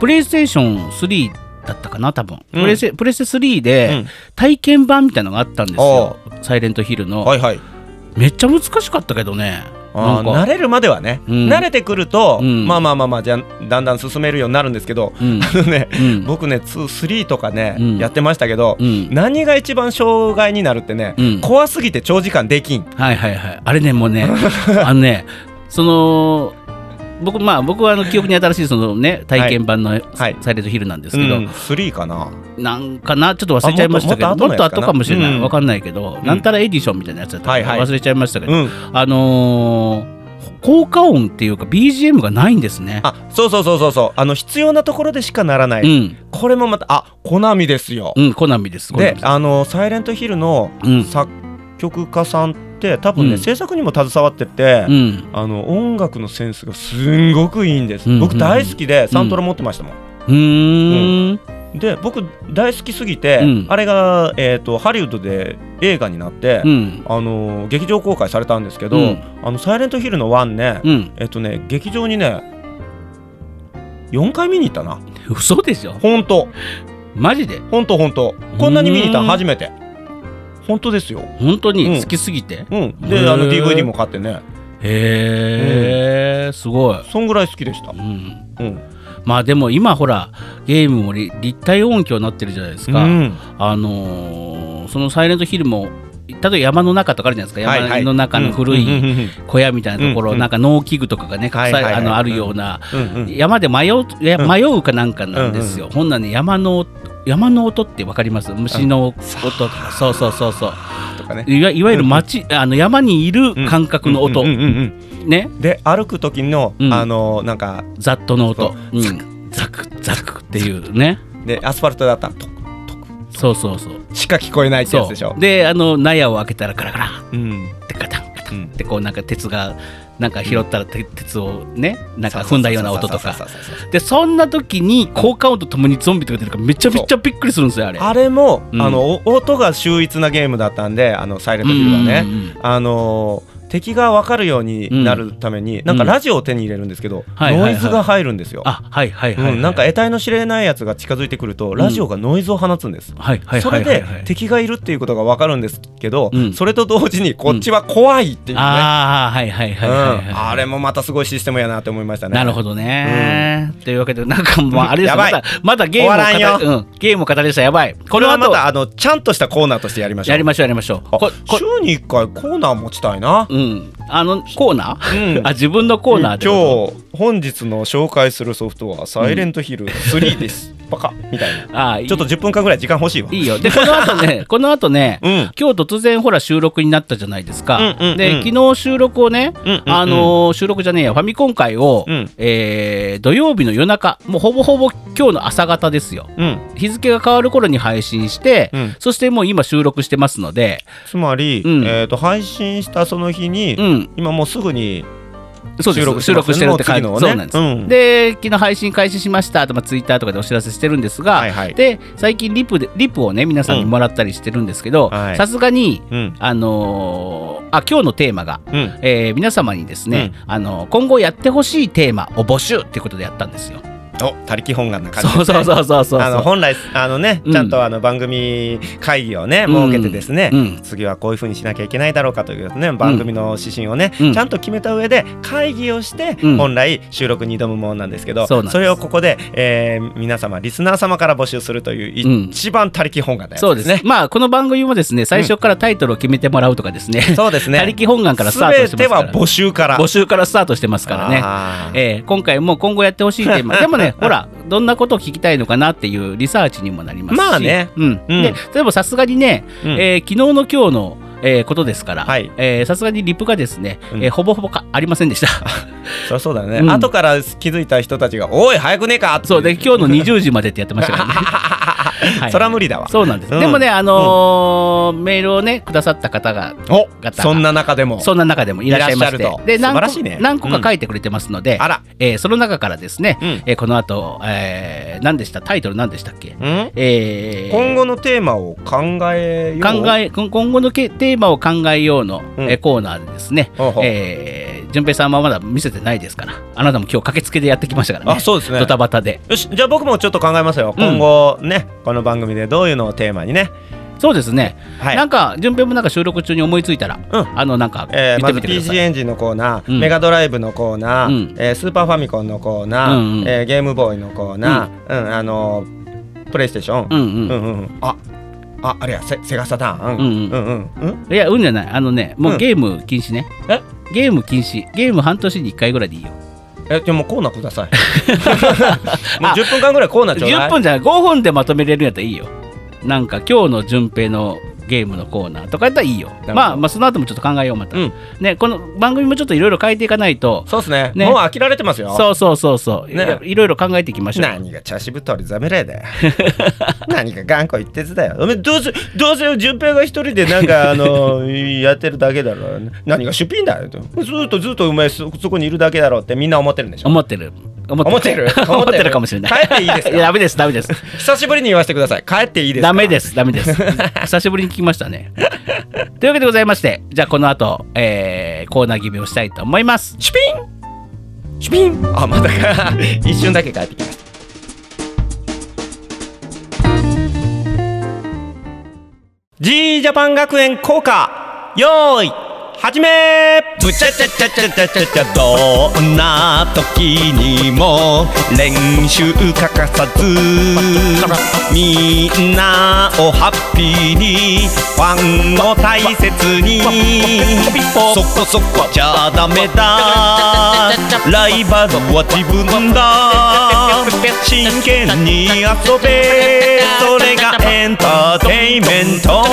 Speaker 1: プレイステーション3だったかな多分、
Speaker 2: うん
Speaker 1: プレイステプレステ3で、
Speaker 2: うん
Speaker 1: 体験版みたいなのがあったんですよ「サイレントヒルの」
Speaker 2: はいはい
Speaker 1: めっちゃ難しかったけどね
Speaker 2: あ
Speaker 1: な
Speaker 2: ー
Speaker 1: ん
Speaker 2: 慣
Speaker 1: か、
Speaker 2: れるまではね、
Speaker 1: うん
Speaker 2: 慣れてくると、
Speaker 1: うん
Speaker 2: まあまあまあまあじゃあだんだん進めるようになるんですけど、
Speaker 1: うん
Speaker 2: あのね
Speaker 1: うん
Speaker 2: 僕ね23とかね、
Speaker 1: うん
Speaker 2: やってましたけど、
Speaker 1: うん
Speaker 2: 何が一番障害になるってね、
Speaker 1: うん
Speaker 2: 怖すぎて長時間できん。
Speaker 1: はいはいはいあれねもう ねあのねその僕まあ僕はあの記憶に新しいそのね体験版の、
Speaker 2: はい
Speaker 1: サイレントヒルなんです
Speaker 2: う
Speaker 1: けど、
Speaker 2: ん、3かな
Speaker 1: なんかなちょっと忘れちゃいましたけ
Speaker 2: あ
Speaker 1: ど
Speaker 2: もっ
Speaker 1: も
Speaker 2: とも
Speaker 1: っと後
Speaker 2: っと後のやつかな
Speaker 1: かもしれない、
Speaker 2: うん
Speaker 1: わかんないけど、
Speaker 2: ん
Speaker 1: なんたらエディションみたいなやつだった、
Speaker 2: はいはい
Speaker 1: 忘れちゃいましたけど、
Speaker 2: うん、
Speaker 1: あのー効果音っていうか BGM がないんですね。
Speaker 2: あそうそうそうそうそうあの必要なところでしかならない、
Speaker 1: うん、
Speaker 2: これもまたあコナミですよ、
Speaker 1: うん、コナミです。コナ
Speaker 2: で
Speaker 1: ミす
Speaker 2: あの「サイレントヒル」の
Speaker 1: うん、
Speaker 2: 作曲家さんって多分ね、
Speaker 1: うん
Speaker 2: 制作にも携わってて、
Speaker 1: うん、
Speaker 2: あの音楽のセンスがすんごくいいんです、
Speaker 1: うんうんうん
Speaker 2: 僕大好きでサントラ持ってましたもん、
Speaker 1: うーん、
Speaker 2: で僕大好きすぎて、
Speaker 1: うん
Speaker 2: あれが、えー、とハリウッドで映画になって、
Speaker 1: うん、
Speaker 2: あのー劇場公開されたんですけど「
Speaker 1: うん
Speaker 2: あのサイレントヒル」の1ね、
Speaker 1: うん、
Speaker 2: えっ、とね劇場にね4回見に行ったな
Speaker 1: 嘘でしょ。
Speaker 2: ほんと
Speaker 1: マジで、
Speaker 2: ほんとほんとこんなに見に行った
Speaker 1: うん
Speaker 2: の初めてほんとですよ
Speaker 1: 本当
Speaker 2: う
Speaker 1: に
Speaker 2: ん
Speaker 1: 好きすぎて。
Speaker 2: うん
Speaker 1: へ
Speaker 2: で
Speaker 1: ー
Speaker 2: あの DVD も買ってね
Speaker 1: へえ、すごい。
Speaker 2: そんぐらい好きでした
Speaker 1: うん、
Speaker 2: うん
Speaker 1: まあでも今ほらゲームもり立体音響になってるじゃないですか。
Speaker 2: うん
Speaker 1: あのーそのサイレントヒルも例えば山の中とかあるじゃないですか、
Speaker 2: はいはい
Speaker 1: 山の中の古
Speaker 2: うんうん
Speaker 1: い小屋みたいなところ、
Speaker 2: うんうん
Speaker 1: なんか農機具とかがね、
Speaker 2: はいはいはい
Speaker 1: 隠さあのあるような、
Speaker 2: うんうんうん
Speaker 1: 山で迷ういや
Speaker 2: うん
Speaker 1: 迷うかなんかなんですよ、ほんなんね山の山の音ってわかります虫の音とか、そうそうそうそう
Speaker 2: とかね
Speaker 1: いわいわゆる町、あの山にいる感覚の音、
Speaker 2: うんうんうん
Speaker 1: ね
Speaker 2: うんで歩く時の
Speaker 1: うん
Speaker 2: あのなんか
Speaker 1: ざっとの音、
Speaker 2: そう
Speaker 1: ん、ザクザクっていうね
Speaker 2: でアスファルトだったらトクト
Speaker 1: そうそうそう
Speaker 2: クしか聞こえないってやつ
Speaker 1: そ
Speaker 2: でしょ
Speaker 1: うであの納屋を開けたらガラガラ
Speaker 2: うん
Speaker 1: ってガタンガタ
Speaker 2: う
Speaker 1: ン
Speaker 2: ん
Speaker 1: ってこうなんか鉄がなんか拾ったらて鉄をねなんか踏んだような音と
Speaker 2: そ
Speaker 1: か
Speaker 2: うそうそうそうそう
Speaker 1: でそんな時に効果音とともにゾンビとか出るからめちゃめちゃびっくりするんですよあれ。
Speaker 2: あれも
Speaker 1: うん
Speaker 2: あのお音が秀逸なゲームだったんであのサイレントヒルはね
Speaker 1: うんうんうん
Speaker 2: あのー敵が分かるようになるために、なんかラジオを手に入れるんですけど、
Speaker 1: はいはいは
Speaker 2: ノ
Speaker 1: い
Speaker 2: イズが入るんですよ。
Speaker 1: あはいはいはい、
Speaker 2: うん、なんか得体の知れないやつが近づいてくるとラジオがノイズを放つんです、
Speaker 1: はいはい
Speaker 2: そ
Speaker 1: は
Speaker 2: れ
Speaker 1: いはい
Speaker 2: で
Speaker 1: はい
Speaker 2: 敵がいるっていうことが分かるんですけど、
Speaker 1: うん
Speaker 2: それと同時にこっちは怖いっていうね、
Speaker 1: ああはいはいはいはいはい、
Speaker 2: うんあれもまたすごいシステムやなって思いましたね
Speaker 1: なるほどね、というわけでなんかもうあれです
Speaker 2: や
Speaker 1: ま
Speaker 2: ばい
Speaker 1: だまだゲームを
Speaker 2: 終わらん
Speaker 1: 語りうん、ゲームを語りしたやばいこ
Speaker 2: これ
Speaker 1: の
Speaker 2: はま
Speaker 1: 後
Speaker 2: たあのちゃんとしたコーナーとしてやりましょう
Speaker 1: やりましょうやりましょうこ
Speaker 2: あ
Speaker 1: こ
Speaker 2: 週に1回コーナー持ちたいな、
Speaker 1: うんあのコーナー、
Speaker 2: うん
Speaker 1: あ自分のコーナーってこと
Speaker 2: 今日本日の紹介するソフトは「サイレントヒル3」です、バカみた いな
Speaker 1: あいい
Speaker 2: ちょっと10分間ぐらい時間欲しいわ
Speaker 1: いいよでこの後ねこの後ね、
Speaker 2: うん
Speaker 1: 今日突然ほら収録になったじゃないですか、
Speaker 2: うんうんうん
Speaker 1: で昨日収録をね、
Speaker 2: うんうんうん
Speaker 1: あのー収録じゃねえやファミコン会を、
Speaker 2: うん
Speaker 1: えー土曜日の夜中もうほぼほぼ今日の朝方ですよ
Speaker 2: うん
Speaker 1: 日付が変わる頃に配信して、
Speaker 2: うん
Speaker 1: そしてもう今収録してますので、
Speaker 2: つまり、
Speaker 1: うん
Speaker 2: えー、と配信したその日に、
Speaker 1: うん、
Speaker 2: 今もうすぐに
Speaker 1: そうです
Speaker 2: 収録してますね
Speaker 1: 収録してるって感じ、
Speaker 2: もう
Speaker 1: そ
Speaker 2: 次
Speaker 1: うな
Speaker 2: のを
Speaker 1: ん
Speaker 2: ね
Speaker 1: です、
Speaker 2: うん
Speaker 1: で昨日配信開始しましたとかツイッターとかでお知らせしてるんですが、
Speaker 2: はいはい
Speaker 1: で最近リプでリプをね皆さんにもらったりしてるんですけど
Speaker 2: うんはい
Speaker 1: さすがに
Speaker 2: うん
Speaker 1: あのーあ今日のテーマが、
Speaker 2: うん
Speaker 1: えー皆様にですね、あのー今後やってほしいテーマを募集ってことでやったんですよ。
Speaker 2: お他力本願な感じです
Speaker 1: そ
Speaker 2: ね
Speaker 1: うそうそうそうそう
Speaker 2: あの
Speaker 1: そう。
Speaker 2: 本来あのね
Speaker 1: うん
Speaker 2: ちゃんとあの番組会議をね
Speaker 1: うん
Speaker 2: 設けてですね、
Speaker 1: うん
Speaker 2: 次はこういうふうにしなきゃいけないだろうかというね番組の指針をね、
Speaker 1: うん
Speaker 2: ちゃんと決めた上で会議をして、
Speaker 1: うん
Speaker 2: 本来収録に挑むものなんですけど
Speaker 1: そうなんです
Speaker 2: れをここで、えー皆様リスナー様から募集するという
Speaker 1: うん
Speaker 2: い一番他力本願なやつ
Speaker 1: そうで
Speaker 2: で
Speaker 1: すすね
Speaker 2: ね。。
Speaker 1: まあこの番組もですね最初からタイトルを決めてもらうとかですね。
Speaker 2: そうですね
Speaker 1: 他力本願からスタートして
Speaker 2: 全
Speaker 1: ますか
Speaker 2: て
Speaker 1: ら
Speaker 2: は募集から。
Speaker 1: 募集からスタートしてますからね。
Speaker 2: あー
Speaker 1: えー今回も今後やってほしいテー マでもねほらどんなことを聞きたいのかなっていうリサーチにもなりますし
Speaker 2: まあね
Speaker 1: うん
Speaker 2: うん
Speaker 1: で例えばさすがにね、
Speaker 2: うん
Speaker 1: えー昨日の今日の、えーことですから
Speaker 2: はい
Speaker 1: えーさすがにリプがですね、
Speaker 2: うん
Speaker 1: えーほぼほぼかありませんでした
Speaker 2: そりゃそうだね、
Speaker 1: うん
Speaker 2: 後から気づいた人たちが「おい早くねえか!」って
Speaker 1: そうで今日の20時までってやってましたか らね、はい
Speaker 2: そりゃ無理だわ。
Speaker 1: そうなんです、
Speaker 2: うん
Speaker 1: でもねあのーメールをねくださった方が
Speaker 2: お
Speaker 1: 方が
Speaker 2: そんな中でも
Speaker 1: そんな中でもいらっしゃいまして
Speaker 2: いらっしゃると
Speaker 1: で何
Speaker 2: 素晴
Speaker 1: 個
Speaker 2: らしいね
Speaker 1: 何個か書いてくれてますので、
Speaker 2: あら
Speaker 1: えーその中からですね、
Speaker 2: うん
Speaker 1: えーこの後、えー何でしたタイトル何でしたっけ、
Speaker 2: うん
Speaker 1: えー
Speaker 2: 今後のテーマを考えよう
Speaker 1: 考え今今後のけテーマを考えようの、
Speaker 2: うん
Speaker 1: えーコーナーでですね、
Speaker 2: ほうほう
Speaker 1: えー、順平さんはまだ見せてないですからあなたも今日駆けつけでやってきましたからね
Speaker 2: あそうですね
Speaker 1: ドタバタで
Speaker 2: よしじゃあ僕もちょっと考えますよ、
Speaker 1: うん
Speaker 2: 今後ねこの番組でどういうのをテーマにね
Speaker 1: そうですね、
Speaker 2: はい
Speaker 1: なんか順平もなんか収録中に思いついたら、
Speaker 2: うん
Speaker 1: あのなんか
Speaker 2: え
Speaker 1: 言
Speaker 2: ー
Speaker 1: っ
Speaker 2: ま
Speaker 1: て
Speaker 2: ず
Speaker 1: みてくださ
Speaker 2: PC
Speaker 1: い、
Speaker 2: エンジンのコーナー、
Speaker 1: うん
Speaker 2: メガドライブのコーナー、
Speaker 1: うん
Speaker 2: えースーパーファミコンのコーナー、
Speaker 1: うんうん
Speaker 2: えーゲームボーイのコーナー、うんあのープレイステーション、
Speaker 1: うんうん
Speaker 2: うんうんうんあああれやセセガサター
Speaker 1: う
Speaker 2: ン、
Speaker 1: んうん
Speaker 2: うんうん
Speaker 1: いやうんじゃないあのねもううんゲーム禁止ね、
Speaker 2: え
Speaker 1: ゲーム禁止ゲーム半年に1回ぐらいでいいよ
Speaker 2: えでもコーナーください もう10分間ぐらいコーナーちょうだい
Speaker 1: 10分じゃない5分でまとめれるんやったらいいよなんか今日の順平のゲームのコーナーとかやったらいいよ
Speaker 2: ど
Speaker 1: まあまあその後もちょっと考えようまた、
Speaker 2: うん
Speaker 1: ねこの番組もちょっといろいろ変えていかないと
Speaker 2: そうですね
Speaker 1: ね
Speaker 2: もう飽きられてますよ
Speaker 1: そうそうそうそう、
Speaker 2: ね
Speaker 1: いろいろ考えていきましょう
Speaker 2: 何が茶渋取りざめらいだよ 何が頑固一徹だよおめえどうせどうせ順平が一人でな んかあのやってるだけだろ何が出品だよとずっとずっとお前そそこにいるだけだろうってみんな思ってるんでしょ
Speaker 1: 思ってる思
Speaker 2: 思ってる
Speaker 1: 思ってるかもしれない
Speaker 2: 帰っていいです
Speaker 1: いやダ
Speaker 2: か
Speaker 1: メですダメです
Speaker 2: 久しぶりに言わせてください帰っていいですか
Speaker 1: ダメですダメです久しぶりに聞きましたねというわけでございましてじゃあこの後、えーコーナー決めをしたいと思います
Speaker 2: シュピンシュピンあまだか一瞬だけ帰ってきました「G ジャパン学園効果よーい始め!」
Speaker 4: ぶちゃちゃちゃちゃちゃちゃちゃどんな時にも練習欠かさずみんなをハッピーにファンを大切にそこそこじゃダメだライバルは自分だ真剣に遊べそれがエンターテインメント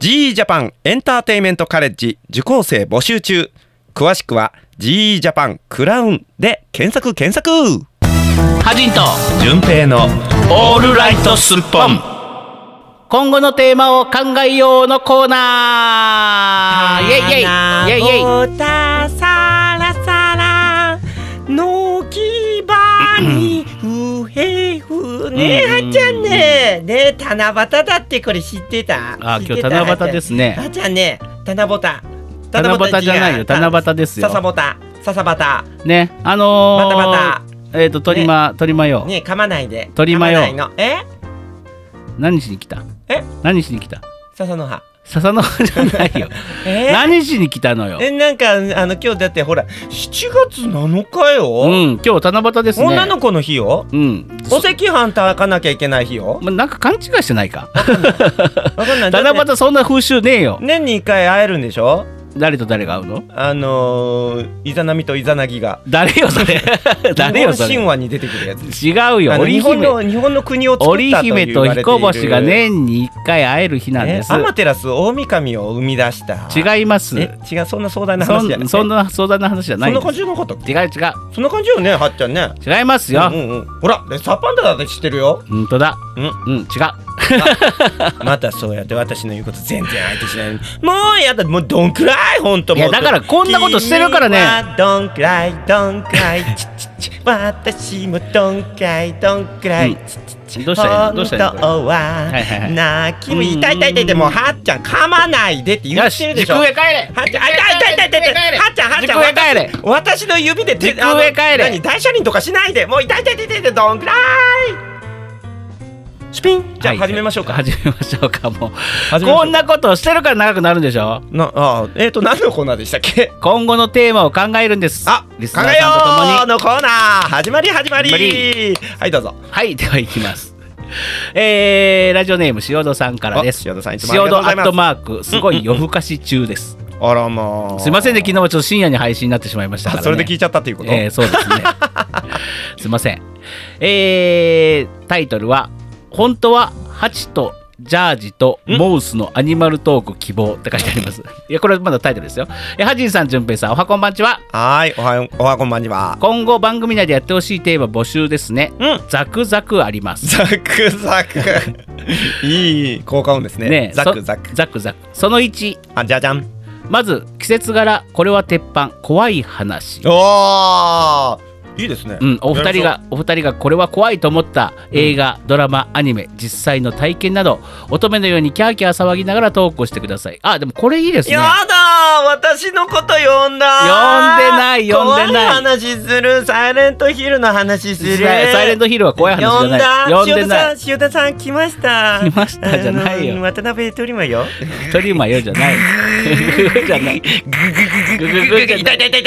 Speaker 2: GE ジャパンエンターテイメントカレッジ受講生募集中詳しくは GE ジャパンクラウンで検索検索
Speaker 1: ハジンと
Speaker 2: 順平の
Speaker 1: オールライトスッポン今後のテーマを考えようのコーナーイェイイェイイェイイェイ
Speaker 2: イたさらさらのきばにふへふくねえ、
Speaker 1: うんうん
Speaker 2: はっちゃんね。ねえ、七夕だってこれ知ってた
Speaker 1: あ
Speaker 2: 知
Speaker 1: 今
Speaker 2: って
Speaker 1: 日
Speaker 2: た
Speaker 1: 七夕ですね
Speaker 2: はっちゃんね、七夕。
Speaker 1: 七夕じゃないよ七夕ですよ
Speaker 2: ささぼた、ささばた。
Speaker 1: ねあのー、
Speaker 2: バタ
Speaker 1: えっ、と鳥間、鳥間よ、
Speaker 2: ねえ、噛まないで。
Speaker 1: 鳥間よ
Speaker 2: 噛まないのえ
Speaker 1: 何しに来た
Speaker 2: え
Speaker 1: 何しに来た
Speaker 2: 笹の葉。
Speaker 1: 笹の葉じゃないよ
Speaker 2: え
Speaker 1: 何しに来たのよ
Speaker 2: え、なんか、あの、今日だってほら、7月7日
Speaker 1: う
Speaker 2: よ。
Speaker 1: ん今日七夕ですね
Speaker 2: 女の子の日よ。
Speaker 1: うん
Speaker 2: お赤飯炊かなきゃいけない日よ。
Speaker 1: ま、なんか勘違いしてない か
Speaker 2: わかんない。だって
Speaker 1: 七夕そんな風習ねえよ
Speaker 2: 年に一回会えるんでしょ
Speaker 1: 誰と誰が会うの
Speaker 2: あのー、イザナミとイザナギが
Speaker 1: 誰よそ れ誰よ
Speaker 2: 日
Speaker 1: そ
Speaker 2: 本
Speaker 1: れ
Speaker 2: 神話に出てくるやつ
Speaker 1: 違うよ
Speaker 2: あの
Speaker 1: 織
Speaker 2: 日本
Speaker 1: 姫
Speaker 2: の日本の国を作
Speaker 1: 織
Speaker 2: ったと
Speaker 1: 姫
Speaker 2: 言わ
Speaker 1: と
Speaker 2: れている
Speaker 1: 彦星が年に一回会える日なん
Speaker 2: ね
Speaker 1: です、
Speaker 2: アマテラス大神を生み出した
Speaker 1: 違います
Speaker 2: え違うそんな壮大な
Speaker 1: そ
Speaker 2: 話じゃなんい
Speaker 1: そんな相談な話じゃ
Speaker 2: そ
Speaker 1: ない
Speaker 2: ん
Speaker 1: んです
Speaker 2: な感じのこと
Speaker 1: 違う違
Speaker 2: そんな感じよねはっちゃんね
Speaker 1: う違います
Speaker 2: う
Speaker 1: よ、
Speaker 2: んうんほらレッサーパンダだって知ってるよ
Speaker 1: 本当だ。
Speaker 2: う
Speaker 1: うんん、うん、違う。
Speaker 2: またそうやって私の言うこと全然相手しないもうやだもうどんくらいほんと
Speaker 1: いや
Speaker 2: もう
Speaker 1: だからこんなことしてるからね
Speaker 2: 君はどんくらいどんくらいちちち私もどんくらいどんくらい、
Speaker 1: うんどうしたらいいのどうしたらいいのこ
Speaker 2: 本当は
Speaker 1: はいはいはい
Speaker 2: 泣き虫痛い痛い痛い痛いもうはっちゃん噛まないでって
Speaker 1: れ
Speaker 2: 言
Speaker 1: よ
Speaker 2: って
Speaker 1: し、
Speaker 2: るでし
Speaker 1: 軸
Speaker 2: ょは
Speaker 1: へ
Speaker 2: っ
Speaker 1: 帰れ。
Speaker 2: ちゃんあ痛い痛い痛い痛いはっちゃんはっちゃん
Speaker 1: 軸へ帰れ。
Speaker 2: 私私の指で手
Speaker 1: 軸へ帰れ
Speaker 2: あの何大車輪とかしないでもう痛い痛い痛い痛い痛いどんくらいシュピンじゃ
Speaker 1: は
Speaker 2: あ
Speaker 1: い
Speaker 2: 始めましょうか、
Speaker 1: 始めましょうか。もう
Speaker 2: 始めましょう
Speaker 1: こんなことをしてるから長くなるんでしょ。
Speaker 2: なあえっ、ー、と何のコーナーでしたっけ
Speaker 1: 今後のテーマを考えるんです。
Speaker 2: あ
Speaker 1: リス
Speaker 2: 考
Speaker 1: ナー
Speaker 2: えよ
Speaker 1: さんと共
Speaker 2: うのコーナー始まり始まり
Speaker 1: 始
Speaker 2: はいどうぞ
Speaker 1: に。はい、では行きます。 えー、ラジオネーム塩戸さんからです。
Speaker 2: あ塩戸さんいつもあり
Speaker 1: 塩
Speaker 2: がと
Speaker 1: 戸
Speaker 2: うござい
Speaker 1: ア
Speaker 2: ま
Speaker 1: ッ
Speaker 2: す
Speaker 1: トマークすごい夜更かし中です。
Speaker 2: あら まあ
Speaker 1: すいませんね、昨日はちょっと深夜に配信になってしまいましたから、
Speaker 2: あ
Speaker 1: ね。
Speaker 2: それで聞いちゃったっていうこと、
Speaker 1: えーそうですね。 すいません。えータイトルは、本当はハチとジャージとモウスのアニマルトーク希望って書いてあります。いや、これまだタイトルですよ。えーハジンさん、ジュンペイさん、おはこんばんちは。
Speaker 2: はーいおはようおはこんばんには
Speaker 1: 今後番組内でやってほしいテーマ募集ですね。
Speaker 2: うん
Speaker 1: ザクザクあります。
Speaker 2: ザクザ クいい効果音ですね
Speaker 1: ねえ
Speaker 2: ザクザク
Speaker 1: そザクザク。その1、
Speaker 2: あじゃじゃん
Speaker 1: まず季節柄、これは鉄板、怖い話。
Speaker 2: おーいいですね
Speaker 1: うん、お二人
Speaker 2: や
Speaker 1: がお二人がこれは怖いと思った映画、ドラマアニメ実際の体験など乙女のようにキャーキャー騒ぎながらトークをしてくださいあでもこれいいです
Speaker 2: りましょう
Speaker 1: ね
Speaker 2: やだー私のこと呼んだ
Speaker 1: 呼んでない呼んでない
Speaker 2: 怖い話するサイレントヒルの話する
Speaker 1: サイサイレントヒルは怖い話じゃない
Speaker 2: 呼
Speaker 1: 呼
Speaker 2: ん
Speaker 1: ん
Speaker 2: だ
Speaker 1: でない
Speaker 2: 塩田さん塩田さん来ました
Speaker 1: 来ましたじゃないよ
Speaker 2: あの渡辺トリマよ
Speaker 1: トリマよじゃないじゃないグググじゃない
Speaker 3: 痛痛い痛い痛い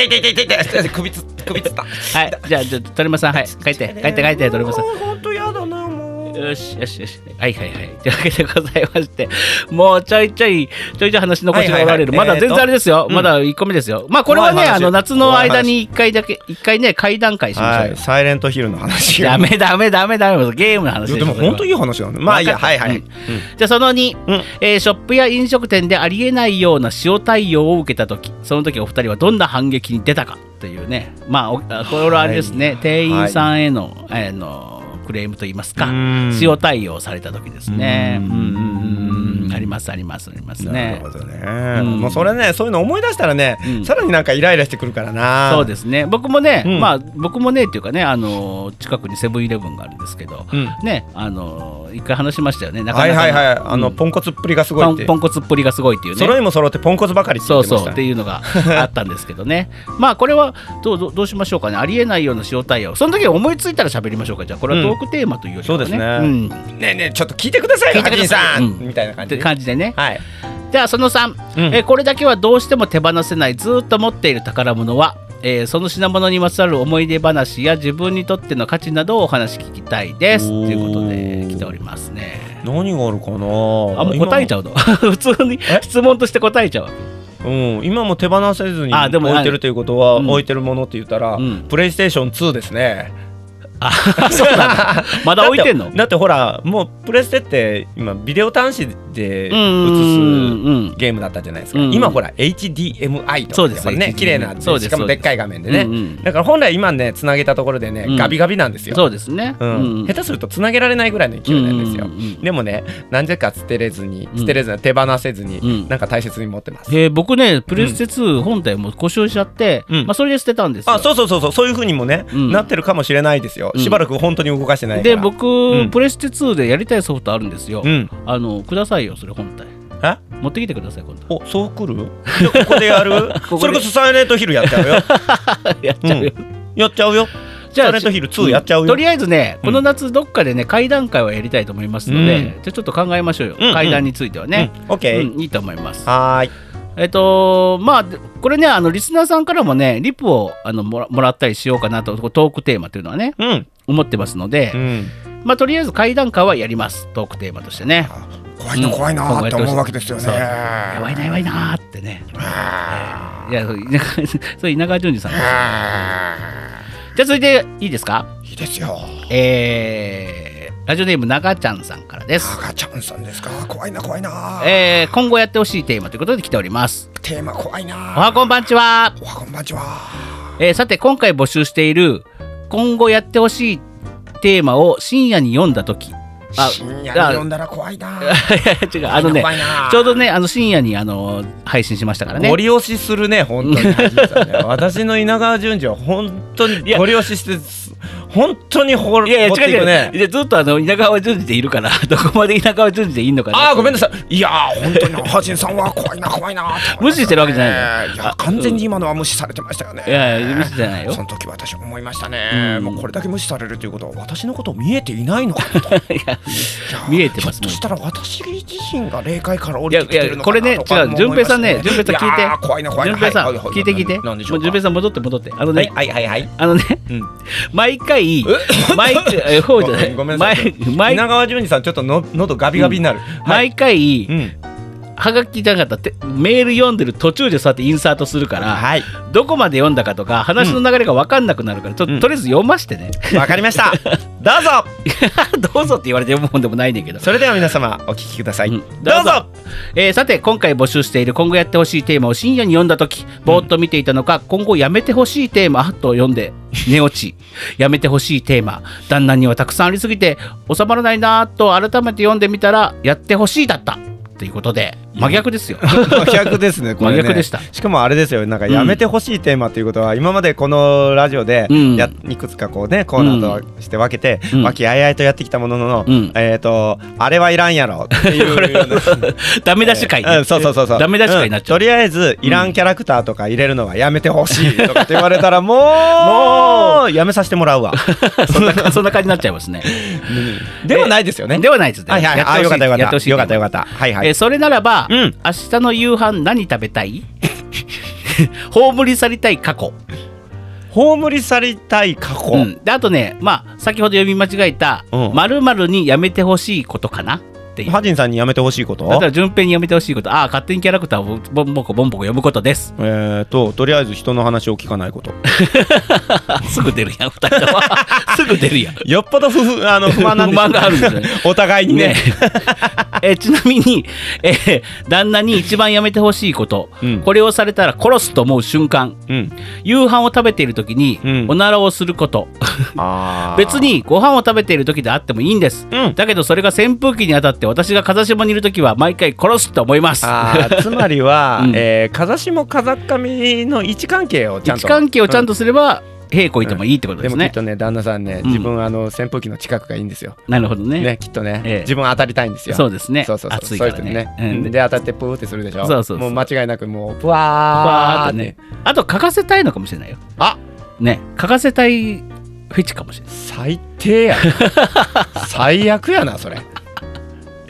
Speaker 3: 痛い痛い首つ首つった
Speaker 1: はいじゃあじゃあトリマさんはい書いて書いて書いてトリマさん
Speaker 2: 本当やだなもう
Speaker 1: よしよしよしはいはいはいというわけでございましてもうちょいちょいちょいちょい話残しがおられる、
Speaker 2: はいはい
Speaker 1: ま
Speaker 2: はい
Speaker 1: だ全然あれですよ、まだ1個目ですよまあこれはね
Speaker 2: 怖い話
Speaker 1: あの夏の間に1回だけ一回ね会談会しましょう
Speaker 2: は
Speaker 1: よ
Speaker 2: いサイレントヒルの話
Speaker 1: ダメダメダメダメゲームの話
Speaker 2: いや
Speaker 1: で
Speaker 2: でも本当いい話なのまあいいやはいはい、
Speaker 1: じゃあその2、
Speaker 2: うん
Speaker 1: えーショップや飲食店でありえないような塩対応を受けた時その時お二人はどんな反撃に出たかというねまあおあこれはあれですね、店員さんへの,、あのクレームといいますか
Speaker 2: うん
Speaker 1: 塩対応された時ですね
Speaker 2: う
Speaker 1: うんんうんうんうんありますありますあります
Speaker 2: なる
Speaker 1: ね
Speaker 2: ほどね、
Speaker 1: うん
Speaker 2: もうそれねそういうの思い出したらね、
Speaker 1: うん
Speaker 2: さらになんかイライラしてくるからな
Speaker 1: そうですね僕もね、
Speaker 2: うん
Speaker 1: まあ僕もねっていうかねあの近くにセブンイレブンがあるんですけど、
Speaker 2: うん
Speaker 1: ねあの一回話しましたよねなか
Speaker 2: は
Speaker 1: ないか
Speaker 2: はいはいあの、
Speaker 1: うん
Speaker 2: ポンコツっぷりがすご
Speaker 1: ポ
Speaker 2: いって
Speaker 1: ンポンコツっぷりがすごいっていうね
Speaker 2: 揃いも揃ってポンコツばかりって
Speaker 1: そ
Speaker 2: 言っ
Speaker 1: う
Speaker 2: てまし
Speaker 1: そう
Speaker 2: た
Speaker 1: っていうのがあったんですけどね まあこれはどうどうどうしましょうかねありえないような塩対応その時思いついたら喋りましょうかじゃあこれはトークテーマというよりかは、
Speaker 2: うんそうですね
Speaker 1: ん
Speaker 2: ねえねえちょっと聞いてください
Speaker 1: 聞
Speaker 2: よ
Speaker 1: いてください
Speaker 2: ハジンさん、
Speaker 1: うん
Speaker 2: みたいな感
Speaker 1: っ
Speaker 2: じ
Speaker 1: て
Speaker 2: で
Speaker 1: 感じでね
Speaker 2: はい
Speaker 1: じゃあその3、
Speaker 2: うん
Speaker 1: えーこれだけはどうしても手放せないずーっと持っている宝物は、えーその品物にまつわる思い出話や自分にとっての価値などをお話聞きたいですと
Speaker 2: おー
Speaker 1: いうことで来ておりますね
Speaker 2: 何があるか
Speaker 1: あ
Speaker 2: なあ
Speaker 1: もう答えちゃうの 普通に
Speaker 2: え
Speaker 1: 質問として答えちゃう わ
Speaker 2: 今うん今も手放せずに
Speaker 1: あでも
Speaker 2: 置いてるということは、
Speaker 1: うん
Speaker 2: 置いてるものって言ったら、
Speaker 1: うん
Speaker 2: プレイステーション2ですね
Speaker 1: あ そうなんだまだ置いてんの
Speaker 2: だってだってほらもうプレステって今ビデオ端子で映
Speaker 1: うん
Speaker 2: す
Speaker 1: うんうん
Speaker 2: ゲームだったじゃないですか、
Speaker 1: うんうん
Speaker 2: 今ほら HDMI と
Speaker 1: そうです
Speaker 2: やっぱりね
Speaker 1: HDMI
Speaker 2: 綺麗な
Speaker 1: そうです
Speaker 2: しかもでっかい画面でね、
Speaker 1: うんうん
Speaker 2: だから本来今ねつなげたところでね、
Speaker 1: うん
Speaker 2: ガビガビなんですよ
Speaker 1: そうですね。
Speaker 2: うん下手するとつなげられないぐらいの勢いなんですよ、
Speaker 1: うんうんうん
Speaker 2: でもね何故か捨てれずに
Speaker 1: うん
Speaker 2: 捨てれずに手放せずに、
Speaker 1: うん
Speaker 2: なんか大切に持ってます、
Speaker 1: えー僕ね、プレステ2本体も故障しちゃって、
Speaker 2: うん
Speaker 1: まあ、それで捨てたんですよ。
Speaker 2: あそうそうそうそうそういうふうにもね、
Speaker 1: うん
Speaker 2: なってるかもしれないですよ、
Speaker 1: うん
Speaker 2: しばらく本当に動かしてないから
Speaker 1: で、僕、
Speaker 2: ん
Speaker 1: プレステ2でやりたいソフトあるんですよ。
Speaker 2: うん
Speaker 1: あのくださいよ、それ本体。
Speaker 2: え
Speaker 1: 持ってきてください、今度。
Speaker 2: おそう来るじゃあ ここでやる
Speaker 1: こで
Speaker 2: それこそサイレントヒルやっちゃ うよ
Speaker 1: やっちゃうよ。
Speaker 2: やっちゃうよ
Speaker 1: じ
Speaker 2: サイレントヒル2やっちゃうよ
Speaker 1: んとりあえずね、
Speaker 2: うん
Speaker 1: この夏どっかでね、会談会はやりたいと思いますので、じゃあちょっと考えましょうよ、
Speaker 2: うんうん
Speaker 1: 会談についてはね。
Speaker 2: うん、オッケー、
Speaker 1: うんいいと思います。
Speaker 2: はーい
Speaker 1: えっと、まあ、でこれね、あのリスナーさんからもね、リプをあのもらもらったりしようかなと、トークテーマというのはね、
Speaker 2: うん、
Speaker 1: 思ってますので、
Speaker 2: うん、
Speaker 1: まあ、とりあえず会談会はやります、トークテーマとしてね。
Speaker 3: 怖いな怖いなーって思うわけですよね。
Speaker 1: そうやばいな、やばいなーってね。いや、そう 稲川そう稲川淳二さんです。じゃあ、続いていいですか、
Speaker 3: いいですよ。
Speaker 1: えー、ラジオネーム、長ちゃんさんからです。
Speaker 3: 赤ちゃんさんですか。怖いな怖いな。
Speaker 1: えー、今後やってほしいテーマということで来ております。
Speaker 3: テーマ怖いな。
Speaker 1: おはこんばんちは。
Speaker 3: おはこんばんちは。
Speaker 1: えーさて今回募集している今後やってほしいテーマを深夜に読んだ時あ
Speaker 3: 深夜に読んだら怖いな。
Speaker 1: 違うあのね
Speaker 3: 怖いな
Speaker 1: ちょうどねあの深夜にあの配信しましたからね
Speaker 2: ご利押しするね本当に 私の稲川淳二は本当にご利押ししてす本当にほ
Speaker 1: いやい
Speaker 2: 掘
Speaker 1: や
Speaker 2: って
Speaker 1: 違う
Speaker 2: いく
Speaker 1: 違う、
Speaker 2: ね
Speaker 1: いやずっとあの稲川淳二でいるから どこまで稲川淳二でいいのかな
Speaker 2: あーごめんなさい
Speaker 3: いやー本当にハジンさんは怖いな怖いなって思
Speaker 1: 無
Speaker 3: いま
Speaker 1: 視
Speaker 3: よね
Speaker 1: してるわけじゃないの
Speaker 3: いや完全に今のは無視されてましたよね
Speaker 1: いやいや無視じゃないよ
Speaker 3: その時私思いましたね、
Speaker 1: うん
Speaker 3: もうこれだけ無視されるということは私のこと見えていないのかな といや
Speaker 1: 見えてます
Speaker 3: ひょっとしたら私自身が霊界から降りてき
Speaker 1: いや
Speaker 3: て
Speaker 1: いや
Speaker 3: るのかなとかも
Speaker 1: これね違う
Speaker 3: 思いました
Speaker 1: 順平さんね順平さん聞いて
Speaker 3: やー怖いな怖い
Speaker 1: 淳
Speaker 3: な
Speaker 1: 平さん、
Speaker 3: はいはい
Speaker 1: 聞いて聞いて、
Speaker 3: 何でし
Speaker 1: も
Speaker 3: ょ
Speaker 1: う
Speaker 3: う
Speaker 1: 淳
Speaker 3: か
Speaker 1: 平さん戻って戻って、あのね、
Speaker 2: はいはいはい
Speaker 1: あのね、
Speaker 2: うん
Speaker 1: 毎回、 毎回、えほうじゃない、
Speaker 2: ごめんなさい
Speaker 1: 毎毎
Speaker 2: 稲川淳二さんちょっとの喉ガビガビになる、はい
Speaker 1: 毎回、
Speaker 2: うん
Speaker 1: はがきじゃなかったてメール読んでる途中でそうやってインサートするから、
Speaker 2: はい
Speaker 1: どこまで読んだかとか話の流れが分かんなくなるから、ちょっと
Speaker 2: うん
Speaker 1: とりあえず読ましてね、
Speaker 2: わかりました どうぞ
Speaker 1: どうぞって言われて読むもんでもないねんけど。
Speaker 2: それでは皆様お聞きください、
Speaker 1: うん
Speaker 2: どうぞ
Speaker 1: えーさて今回募集している今後やってほしいテーマを深夜に読んだ時ぼーっと見ていたのか、今後やめてほしいテーマと読んで 寝落ちやめてほしいテーマ旦那にはたくさんありすぎて収まらないなぁと改めて読んでみたらやってほしいだったということで真逆です よ。
Speaker 2: 真逆ですねこれね
Speaker 1: 真逆でした
Speaker 2: しかもあれですよなんかやめてほしいテーマということは、今までこのラジオで
Speaker 1: うん
Speaker 2: やいくつかこうねコーナーとして分けて
Speaker 1: うん
Speaker 2: 和気、あいあいとやってきたものの、
Speaker 1: うん
Speaker 2: えっ、とあれはいらんやろっていうような
Speaker 1: ダメ出し会、
Speaker 2: うん、そうそうそうそう
Speaker 1: ダメ出し会になっちゃう
Speaker 2: うんとりあえずいらんキャラクターとか入れるのはやめてほしいとかって言われたらもうもうやめさせてもらうわ
Speaker 1: そんな そんな感じになっちゃいますね。
Speaker 2: ではないですよね
Speaker 1: ではないですね。
Speaker 2: はいはい
Speaker 1: やって
Speaker 2: あ
Speaker 1: ほし
Speaker 2: よかったよ
Speaker 1: や
Speaker 2: か
Speaker 1: て
Speaker 2: っ
Speaker 1: ほしたい
Speaker 2: よかったよかったはいは
Speaker 1: えー
Speaker 2: い
Speaker 1: それならば、
Speaker 2: うん
Speaker 1: 明日の夕飯何食べたい 葬り去りたい過去、
Speaker 2: 葬り去りたい過去、
Speaker 1: うん、であとねまあ先ほど読み間違えた
Speaker 2: うん
Speaker 1: まる、にやめてほしいことかなっていう
Speaker 2: ハジンさんにやめてほしいこと
Speaker 1: だったら順平にやめてほしいことああ勝手にキャラクターをボンボコボンボコ呼ぶことです
Speaker 2: えー、ととりあえず人の話を聞かない こと
Speaker 1: すぐ出るやん二人とも すぐ出るやん
Speaker 2: よっぽど不不あの不安なんでしょう
Speaker 1: 不満があるんです よね
Speaker 2: お互いにね
Speaker 1: ねえーちなみに、えー旦那に一番やめてほしいこと、
Speaker 2: うん
Speaker 1: これをされたら殺すと思う瞬間
Speaker 2: うん
Speaker 1: 夕飯を食べている時に、
Speaker 2: うん
Speaker 1: おならをすること
Speaker 2: あー
Speaker 1: 別にご飯を食べている時であってもいいんです、
Speaker 2: うん
Speaker 1: だけどそれが扇風機に当たって私が風下にいる時は毎回殺すと思います
Speaker 2: あーつまりは、
Speaker 1: うん
Speaker 2: えー、風下風上の位置関係をち
Speaker 1: 位
Speaker 2: ゃん
Speaker 1: 置
Speaker 2: と
Speaker 1: 関係をちゃん
Speaker 2: と、
Speaker 1: とすれば、平行いてもいいってこ
Speaker 2: う
Speaker 1: と
Speaker 2: ん
Speaker 1: で
Speaker 2: で
Speaker 1: す
Speaker 2: もきっ
Speaker 1: ね、
Speaker 2: とね旦那さんね
Speaker 1: うん
Speaker 2: 自分、あの扇風機の近くがいいんですよ、
Speaker 1: なるほどね
Speaker 2: ねきっとね、
Speaker 1: ええ
Speaker 2: 自分当たりたいんですよ
Speaker 1: そうですね
Speaker 2: そうそうそう
Speaker 1: 暑いからね
Speaker 2: そういう人
Speaker 1: うん
Speaker 2: うんで当たってプーってするでし
Speaker 1: そ
Speaker 2: ょ
Speaker 1: うそうそう
Speaker 2: もう間違いなくもうプ
Speaker 1: わー
Speaker 2: ワー
Speaker 1: っ
Speaker 2: ってて
Speaker 1: ねあと書かせたいのかもしれないよ
Speaker 2: あ
Speaker 1: ね書かせたいフェチかもしれない
Speaker 2: 最低やな最悪やなそれ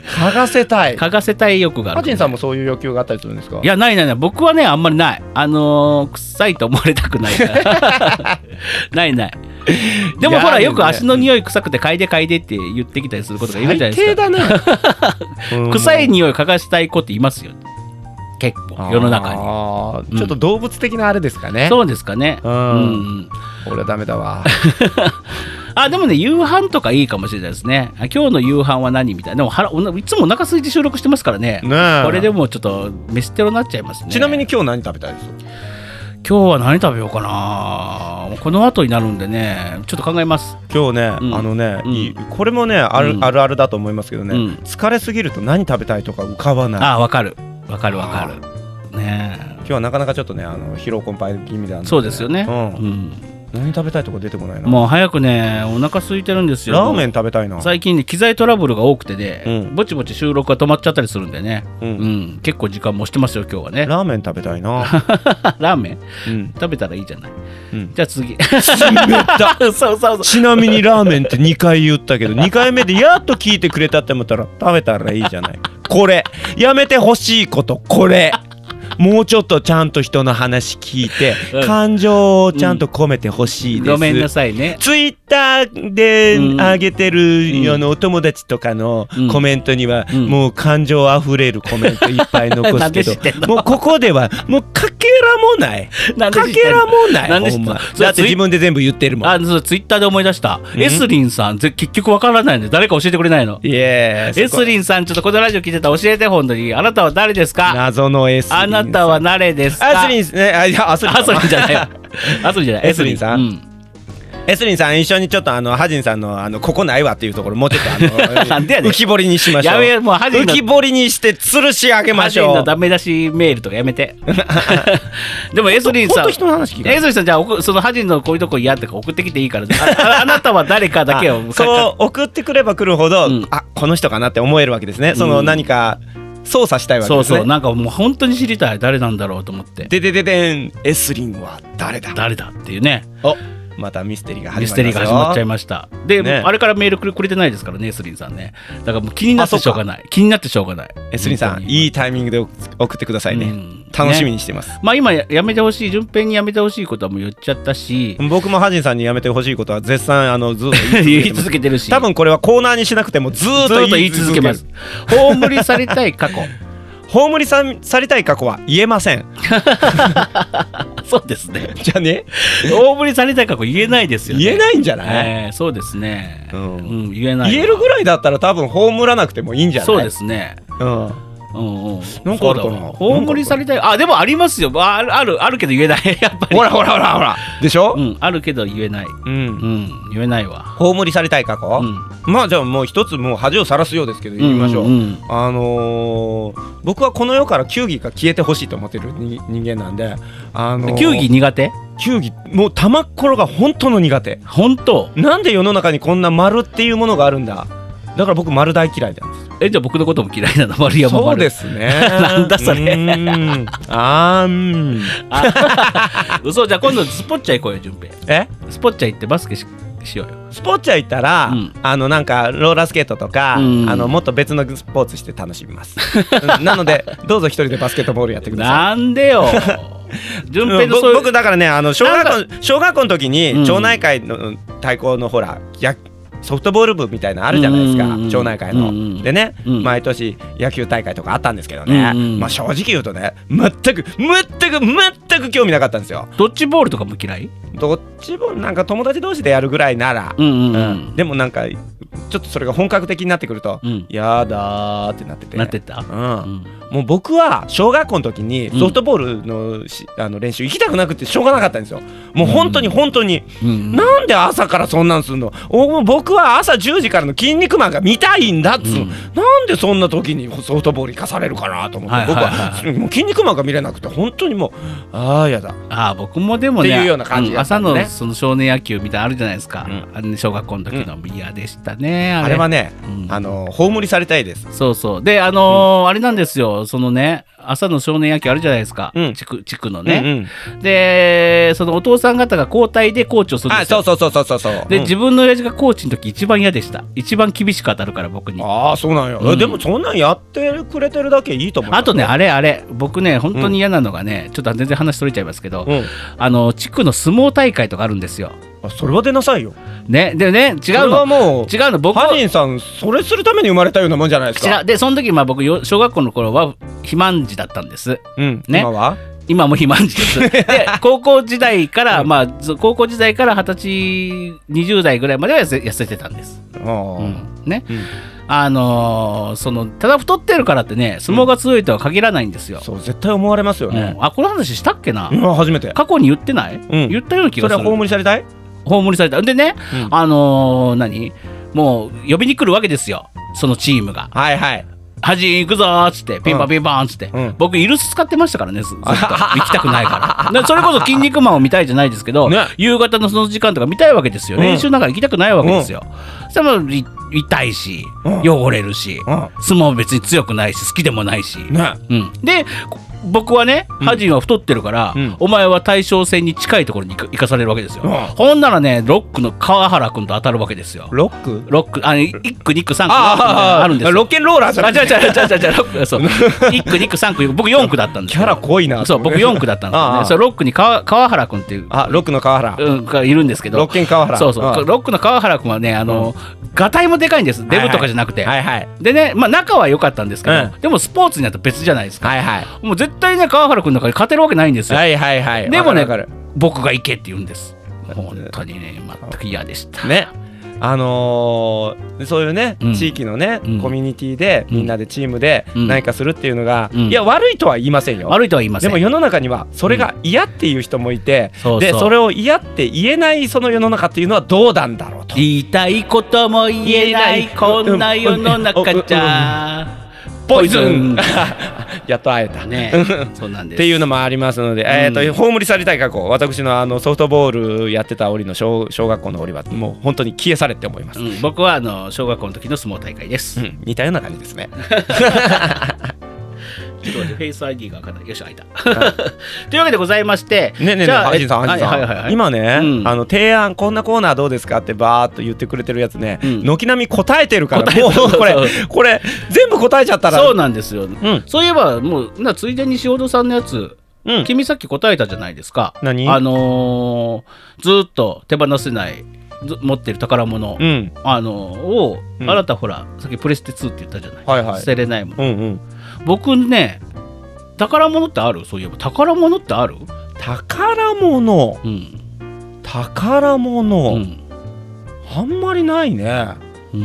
Speaker 2: 嗅がせたい
Speaker 1: 書かせたい欲がある
Speaker 2: ハジンさんもそういう欲求があったりするんですか
Speaker 1: いやないないない僕はねあんまりないあのー臭いと思われたくないから ないないでもほら
Speaker 2: いや
Speaker 1: よく
Speaker 2: ね
Speaker 1: 足の匂い臭くて嗅いで嗅いでって言ってきたりすることがいるじゃない
Speaker 2: 最
Speaker 1: ですか
Speaker 2: 低だなう ん
Speaker 1: 臭い匂い嗅がしたい子っていますよ結構世の中に
Speaker 2: あー
Speaker 1: うん
Speaker 2: ちょっと動物的なあれですかね、
Speaker 1: そうですかね
Speaker 2: う
Speaker 1: うんん
Speaker 2: 俺はダメだわ
Speaker 1: あでもね夕飯とかいいかもしれないですねあ今日の夕飯は何みたいなでも腹おないつもお腹空いて収録してますからね
Speaker 5: ねえ
Speaker 1: これでもうちょっと飯テロになっちゃいますね
Speaker 2: ちなみに今日何食べたいです
Speaker 1: 今日は何食べようかなこの後になるんでねちょっと考えます
Speaker 2: 今日ね、
Speaker 1: うん
Speaker 2: あのね、
Speaker 1: うん
Speaker 2: いいこれもねある,、
Speaker 1: うん
Speaker 2: あるあるだと思いますけどね、
Speaker 1: うん
Speaker 2: 疲れすぎると何食べたいとか浮かばない
Speaker 1: ああわかるわかるわかるね
Speaker 2: 今日はなかなかちょっとねあの疲労困憊気味なんで、
Speaker 1: えそうですよね
Speaker 2: うん
Speaker 1: うん
Speaker 2: 何食べたいとか出てこないな
Speaker 1: もう早くねお腹空いてるんですよ
Speaker 2: ラーメン食べたいな
Speaker 1: 最近ね機材トラブルが多くてね、
Speaker 2: うん
Speaker 1: ぼちぼち収録が止まっちゃったりするんでね、
Speaker 2: うん
Speaker 1: うん結構時間もしてますよ今日はね
Speaker 2: ラーメン食べたいな、
Speaker 1: ラーメン
Speaker 2: うん
Speaker 1: 食べたらいいじゃない、
Speaker 2: うん
Speaker 1: じゃあ次
Speaker 2: そうそうそうちなみにラーメンって2回言ったけど2回目でやっと聞いてくれたって思ったら食べたらいいじゃないこれやめてほしいことこれもうちょっとちゃんと人の話聞いて、
Speaker 1: うん
Speaker 2: 感情をちゃんと込めてほしいです、
Speaker 1: ごめんなさいね
Speaker 2: ツイッターで
Speaker 1: うん
Speaker 2: 上げてる、
Speaker 1: うん
Speaker 2: あのお友達とかの
Speaker 1: うん
Speaker 2: コメントには、
Speaker 1: うん
Speaker 2: もう感情あふれるコメントいっぱい残
Speaker 1: な
Speaker 2: す
Speaker 1: んで
Speaker 2: け
Speaker 1: 知ってんの
Speaker 2: どもうここではもうかけらもない
Speaker 1: なんで
Speaker 2: か
Speaker 1: 知って
Speaker 2: け
Speaker 1: んの
Speaker 2: らもない
Speaker 1: なんで知
Speaker 2: ほ
Speaker 1: ってん
Speaker 2: ん
Speaker 1: の
Speaker 2: ま
Speaker 1: それ
Speaker 2: だって自分で全部言ってるもん
Speaker 1: あそうツイッターで思い出した、
Speaker 2: ん
Speaker 1: エスリンさんぜ結局わからないんで誰か教えてくれないの
Speaker 2: イエー
Speaker 1: エ
Speaker 2: イそこ
Speaker 1: スリンさんちょっとこのラジオ聞いてたら教えて本当にあなたは誰ですか
Speaker 2: 謎のエスリン
Speaker 1: あなたは誰ですか
Speaker 2: アスリンですねあいやアスリン
Speaker 1: アスリンじゃない わアスリンじゃない
Speaker 2: エスリンさん
Speaker 1: う
Speaker 2: エスリンさん一緒にちょっとあのハジンさんのあのここないわっていうところもうちょっとあの
Speaker 1: なんでやねん
Speaker 2: 浮き彫りにしましょう
Speaker 1: やめもうハジンの
Speaker 2: 浮き彫りにして吊るし上げま
Speaker 1: マ
Speaker 2: し
Speaker 1: ジン
Speaker 2: ょ
Speaker 1: の
Speaker 2: う
Speaker 1: ダメ出しメールとかやめ て。でもエスリン
Speaker 2: ほ
Speaker 1: さ
Speaker 2: ん
Speaker 1: ん、
Speaker 2: と
Speaker 1: エ
Speaker 2: 人の話聞いて
Speaker 1: スリンさん、じゃあ送、そのハジンのこういうとこ嫌ってか送ってきていいから、 あああなたは誰か だけを
Speaker 2: あそう送ってくれば来るほど、
Speaker 1: うん
Speaker 2: あこの人かなって思えるわけですね、そうの
Speaker 1: ん
Speaker 2: 何か操作したいわけ
Speaker 1: そう
Speaker 2: ですね
Speaker 1: そう、なんかもう本当に知りたい、誰なんだろうと思って、
Speaker 2: ででででんエスリンは誰だ
Speaker 1: 誰だっていうね、
Speaker 2: おまたミステリーが
Speaker 1: ミ
Speaker 2: 始
Speaker 1: ス
Speaker 2: ま
Speaker 1: テ
Speaker 2: り
Speaker 1: リ
Speaker 2: ま
Speaker 1: ー
Speaker 2: すよ
Speaker 1: が始まっちゃいました。で、
Speaker 2: ね
Speaker 1: あれからメールくれくれてないですからね、エスリンさんね。だからもう気になってしょうがない、気になってしょうがない。
Speaker 2: エスリンさ
Speaker 1: 本
Speaker 2: ん
Speaker 1: 当に
Speaker 2: いいタイミングで送送ってくださいね、
Speaker 1: うん
Speaker 2: 楽しみにしてます、
Speaker 1: まあ今ややめてほしい、順平にやめてほしいことはもう言っちゃったし、
Speaker 2: 僕もハジンさんにやめてほしいことは絶賛あのずっと 言
Speaker 1: 言
Speaker 2: い
Speaker 1: い
Speaker 2: 続
Speaker 1: 続
Speaker 2: けて
Speaker 1: けてる
Speaker 2: ます
Speaker 1: し。
Speaker 2: 多分これはコーナーにしなくてもずーっ
Speaker 1: ずっ
Speaker 2: と
Speaker 1: と言い続けます
Speaker 2: 言い続。
Speaker 1: 葬りされたい 過去。
Speaker 2: ける葬りさんされたい過去は言えません
Speaker 1: そうですね。
Speaker 2: じゃあね
Speaker 1: 葬りされたい過去言えないですよね。
Speaker 2: 言え
Speaker 1: い。
Speaker 2: ないんじゃない、
Speaker 1: えー、そうですね。う、
Speaker 2: うんん
Speaker 1: 言えない。
Speaker 2: 言えるぐ
Speaker 1: らい
Speaker 2: らいだったら多分葬らなくてもいいんじゃない
Speaker 1: そうですね。
Speaker 2: うん
Speaker 1: うんうん。
Speaker 2: なんかあるかな
Speaker 1: そうだわ葬りされたい。あ、でもありますよ。あある、ある、あるけど言えない。 やっぱり。
Speaker 2: ほらほらほらほらでしょ
Speaker 1: う、ん、あるけど言えない。
Speaker 2: う、
Speaker 1: うんん、言えないわ。
Speaker 2: 葬りされたい過去、
Speaker 1: うん。
Speaker 2: まあじゃあもう一つもう恥をさらすようですけど言いましょう、
Speaker 1: んんん
Speaker 2: あのー僕はこの世から球技が消えてほしいと思ってる人人間なんで、あのー
Speaker 1: 球技苦手
Speaker 2: 球技もう玉っころが本当の苦手
Speaker 1: 本当
Speaker 2: なんで世の中にこんな丸っていうものがあるんだだから僕丸大嫌いなんです
Speaker 1: え、じゃあ僕のことも嫌いなの丸山
Speaker 2: そう
Speaker 1: 丸。。
Speaker 2: ですすね
Speaker 1: なんだそれ
Speaker 2: うーんあーん
Speaker 1: 嘘、 じゃあ今度スポッチャ行こうよ、順平。
Speaker 2: え
Speaker 1: スポッチャ行ってバスケししようよ。
Speaker 2: スポーツ屋行ったら、
Speaker 1: うん
Speaker 2: あのなんかローラースケートとか、
Speaker 1: うん
Speaker 2: あのもっと別のスポーツして楽しみますうんなのでどうぞ一人でバスケットボールやってください
Speaker 1: なんで よ。順平
Speaker 2: うん
Speaker 1: の
Speaker 2: ぼ
Speaker 1: そういう
Speaker 2: 僕だからねあの小
Speaker 1: な
Speaker 2: 学校小学校の時
Speaker 1: うん
Speaker 2: に町内会の対抗のほらやソフトボール部みたいなのあるじゃないです
Speaker 1: うんう
Speaker 2: か
Speaker 1: んうん
Speaker 2: 町内会
Speaker 1: うんうん
Speaker 2: の。でね
Speaker 1: うん
Speaker 2: 毎年野球大会とかあったんですけどね
Speaker 1: うんうん
Speaker 2: まあ正直言うとね全く全く全く興味なかったんですよ。
Speaker 1: ドッジボールとかも嫌い？
Speaker 2: どっちもなんか友達同士でやるぐらいなら
Speaker 1: うん
Speaker 2: うんでもなんかちょっとそれが本格的になってくると、
Speaker 1: うん
Speaker 2: やだーってなってて
Speaker 1: なってた。
Speaker 2: うん
Speaker 1: うん
Speaker 2: もう僕は小学校の時に
Speaker 1: うん
Speaker 2: ソフトボールのし、あの練習行きたくなくてしょうがなかったんですよもう本当に本当に、
Speaker 1: うん
Speaker 2: なんで朝からそんなんすんのおもう僕は朝10時からの「筋肉マン」が見たいんだっつうの、
Speaker 1: うん
Speaker 2: なんでそんな時にソフトボール行かされるかなと思って、
Speaker 1: はいはいはい
Speaker 2: 僕はもう筋肉マンが見れなくて本当にもうああやだ
Speaker 1: ああ僕もでもね
Speaker 2: っていうような感じ
Speaker 1: ん
Speaker 2: だった
Speaker 1: 朝
Speaker 2: んだね
Speaker 1: のその少年野球みたいなのあるじゃないですか、
Speaker 2: うん
Speaker 1: あのね小学校の時の嫌でしたねあれ
Speaker 2: あれはね、
Speaker 1: うん
Speaker 2: あの葬りされたいです
Speaker 1: そうそうであのーあれなんですよそのね朝の少年野球あるじゃないですか、
Speaker 2: うん
Speaker 1: 地区地区の
Speaker 2: うん
Speaker 1: ね、
Speaker 2: うん
Speaker 1: でそのお父さん方が交代でコーチをするん
Speaker 2: あ
Speaker 1: ですよ
Speaker 2: そうそうそうそうそうそう
Speaker 1: で、
Speaker 2: うん
Speaker 1: 自分の親父がコーチの時一番嫌でした一番厳しく当たるから僕に
Speaker 2: ああそうなんや、
Speaker 1: うん
Speaker 2: でもそんなんやってくれてるだけいいと思う
Speaker 1: あとね、あれあれ、僕ね、本当に嫌なのがね、ちょっと全然話取れちゃいますけど、
Speaker 2: うん、
Speaker 1: あの地区の相撲大会とかあるんですよ。
Speaker 2: あそれは出なさいよ
Speaker 1: ね、でね、違
Speaker 2: それ
Speaker 1: う
Speaker 2: は
Speaker 1: の、
Speaker 2: もう
Speaker 1: 違うの、僕は
Speaker 2: ハジンさんそれするために生まれたようなもんじゃないですか
Speaker 1: 違う、で、その時まあ僕、よ小学校の頃は肥満児だったんです。
Speaker 2: うん、
Speaker 1: ね
Speaker 2: 今は
Speaker 1: 今も肥満児です。で、高校時代から、まあ、ず高校時代から二十歳、20代ぐらいまでは痩せ痩せてたんです。
Speaker 2: あ
Speaker 1: うんね。あのーその、ただ太ってるからってね、相撲が強いとは限らないんですよ
Speaker 2: あ。そう絶対思われますよね
Speaker 1: うんあ、この話したっけな、
Speaker 2: うん初めて
Speaker 1: 過去に言ってない、
Speaker 2: ん
Speaker 1: 言ったような気
Speaker 2: そ
Speaker 1: が
Speaker 2: れ
Speaker 1: す
Speaker 2: は
Speaker 1: る。
Speaker 2: 葬りされたい
Speaker 1: 葬りされた。でね、
Speaker 2: うん
Speaker 1: あのー何もう呼びに来るわけですよ、そのチームが。
Speaker 2: はいはい
Speaker 1: 端行くぞーっつって、ピンポンピンポンっつって、
Speaker 2: うん
Speaker 1: 僕、イルス使ってましたからね、ずずっ と行きたくないから。でそれこそ、筋肉マンを見たいじゃないですけど、
Speaker 2: ね
Speaker 1: 夕方のその時間とか見たいわけですよ、
Speaker 2: うん
Speaker 1: 練習なんか行きたくないわけですよ。それもい痛いし、
Speaker 2: うん
Speaker 1: 汚れるし、
Speaker 2: うん
Speaker 1: 相撲別に強くないし、好きでもないし。
Speaker 2: ね
Speaker 1: うん、でこ僕はねハジンは太ってるから、
Speaker 2: うん
Speaker 1: お前は対象戦に近いところに行く行かされるわけですよ、
Speaker 2: うん
Speaker 1: ほんならねロックの川原君と当たるわけですよ
Speaker 2: ロック
Speaker 1: ロックあ1区2区3区
Speaker 2: あ
Speaker 1: あ
Speaker 2: あ
Speaker 1: るんですよ
Speaker 2: ロッケンローラーじゃ
Speaker 1: あ
Speaker 2: な
Speaker 1: 違う違う違う違う違うロ ックそう1区2区3区僕4区だったんです
Speaker 2: キャラ濃いな
Speaker 1: そう僕4区だったんですよ
Speaker 2: ああ
Speaker 1: ねそうロックに川川原君っていう
Speaker 2: あロックの川原
Speaker 1: うん、がいるんですけど
Speaker 2: ロッケン川原
Speaker 1: そうそう
Speaker 2: うん
Speaker 1: ロックの川原君はねあの、ガタイもでかいんですデブとかじゃなくて、
Speaker 2: はいはい
Speaker 1: でね、まあ、仲は良かったんですけど、
Speaker 2: うん
Speaker 1: でもスポーツになると別じゃないですか、
Speaker 2: はいはい
Speaker 1: もう絶対ね川原君の中で勝てるわけないんですよ、
Speaker 2: はいはいはい
Speaker 1: でもね
Speaker 2: わかるわか
Speaker 1: 僕が行けって言うんです本当にね全く嫌でした
Speaker 2: るねあのーそういうね、
Speaker 1: うん
Speaker 2: 地域のね、
Speaker 1: うん
Speaker 2: コミュニティで
Speaker 1: うん
Speaker 2: みんなでチームで
Speaker 1: うん
Speaker 2: 何かするっていうのが、
Speaker 1: うん
Speaker 2: いや悪いとは言いませんよ、
Speaker 1: 悪いとは言いませ
Speaker 2: で
Speaker 1: ん
Speaker 2: も世の中にはそれが嫌っていう人もいて、
Speaker 1: そうそう
Speaker 2: でそれを嫌って言えないその世の中っていうのはどうなんだろうと。
Speaker 1: 言いたいことも言えないこんな世の中じゃポイズン
Speaker 2: やっと会えた。
Speaker 1: ねそうなん
Speaker 2: っ
Speaker 1: です
Speaker 2: ていうのもありますので、えー、と葬り去りたい過去私のあのソフトボールやってた折の小小学校の折はもう本当に消え去れって思います、
Speaker 1: うん僕はあの小学校の時の相撲大会です、
Speaker 2: うん似たような感じですね
Speaker 1: ちょっと待ってフェイス ID が開かないよし開いた というわけでございまして
Speaker 2: ねえねえねえ
Speaker 1: じゃあ
Speaker 2: ハジンさんハジンさん、
Speaker 1: はいはいはいはい
Speaker 2: 今ね、
Speaker 1: うん
Speaker 2: あの提案こんなコーナーどうですかってバーっと言ってくれてるやつね
Speaker 1: うん
Speaker 2: 軒並み答えてるから
Speaker 1: 答えてる
Speaker 2: もうこれ
Speaker 1: そう
Speaker 2: これ全部答えちゃったら
Speaker 1: そうなんですよ、
Speaker 2: ん
Speaker 1: そういえばもうなついでに塩戸さんのやつ
Speaker 2: うん
Speaker 1: 君さっき答えたじゃないですか。
Speaker 2: 何
Speaker 1: あのーずーっと手放せないず持ってる宝物、
Speaker 2: うん
Speaker 1: あのーを、
Speaker 2: うん
Speaker 1: あなたほらさっきプレステ2って言ったじゃない、
Speaker 2: はいはい
Speaker 1: 捨てれないもの、
Speaker 2: うんうん
Speaker 1: 僕ね宝物ってあるそういえば宝物ってある
Speaker 2: 宝物
Speaker 1: うん
Speaker 2: 宝物、
Speaker 1: うん
Speaker 2: あんまりないねも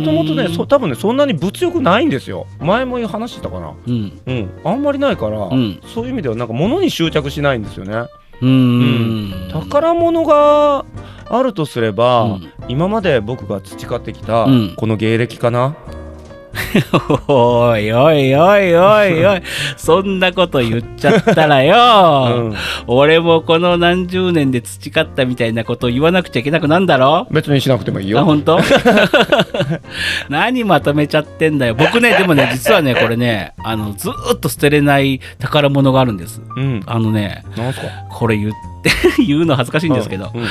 Speaker 1: も
Speaker 2: ともとねそ多分ねそんなに物欲ないんですよ前も話したかな
Speaker 1: うん
Speaker 2: うんあんまりないから、
Speaker 1: うん
Speaker 2: そういう意味ではなんか物に執着しないんですよね
Speaker 1: うーん
Speaker 2: 宝物があるとすれば、
Speaker 1: うん
Speaker 2: 今まで僕が培ってきた
Speaker 1: うん
Speaker 2: この芸歴かな、
Speaker 1: おいおいおいおいおいそんなこと言っちゃったら
Speaker 2: う
Speaker 1: よ、
Speaker 2: ん
Speaker 1: 俺もこの何十年で培ったみたいなことを言わなくちゃいけなくなんだろ
Speaker 2: 別にしなくてもいい
Speaker 1: あ
Speaker 2: よ
Speaker 1: 本当 何まとめちゃってんだよ僕ねでもね実はねこれねあのずーっと捨てれない宝物があるんです
Speaker 2: うん
Speaker 1: あのね
Speaker 2: なんすか
Speaker 1: これ言って 言うの恥ずかしいんですけど、
Speaker 2: うん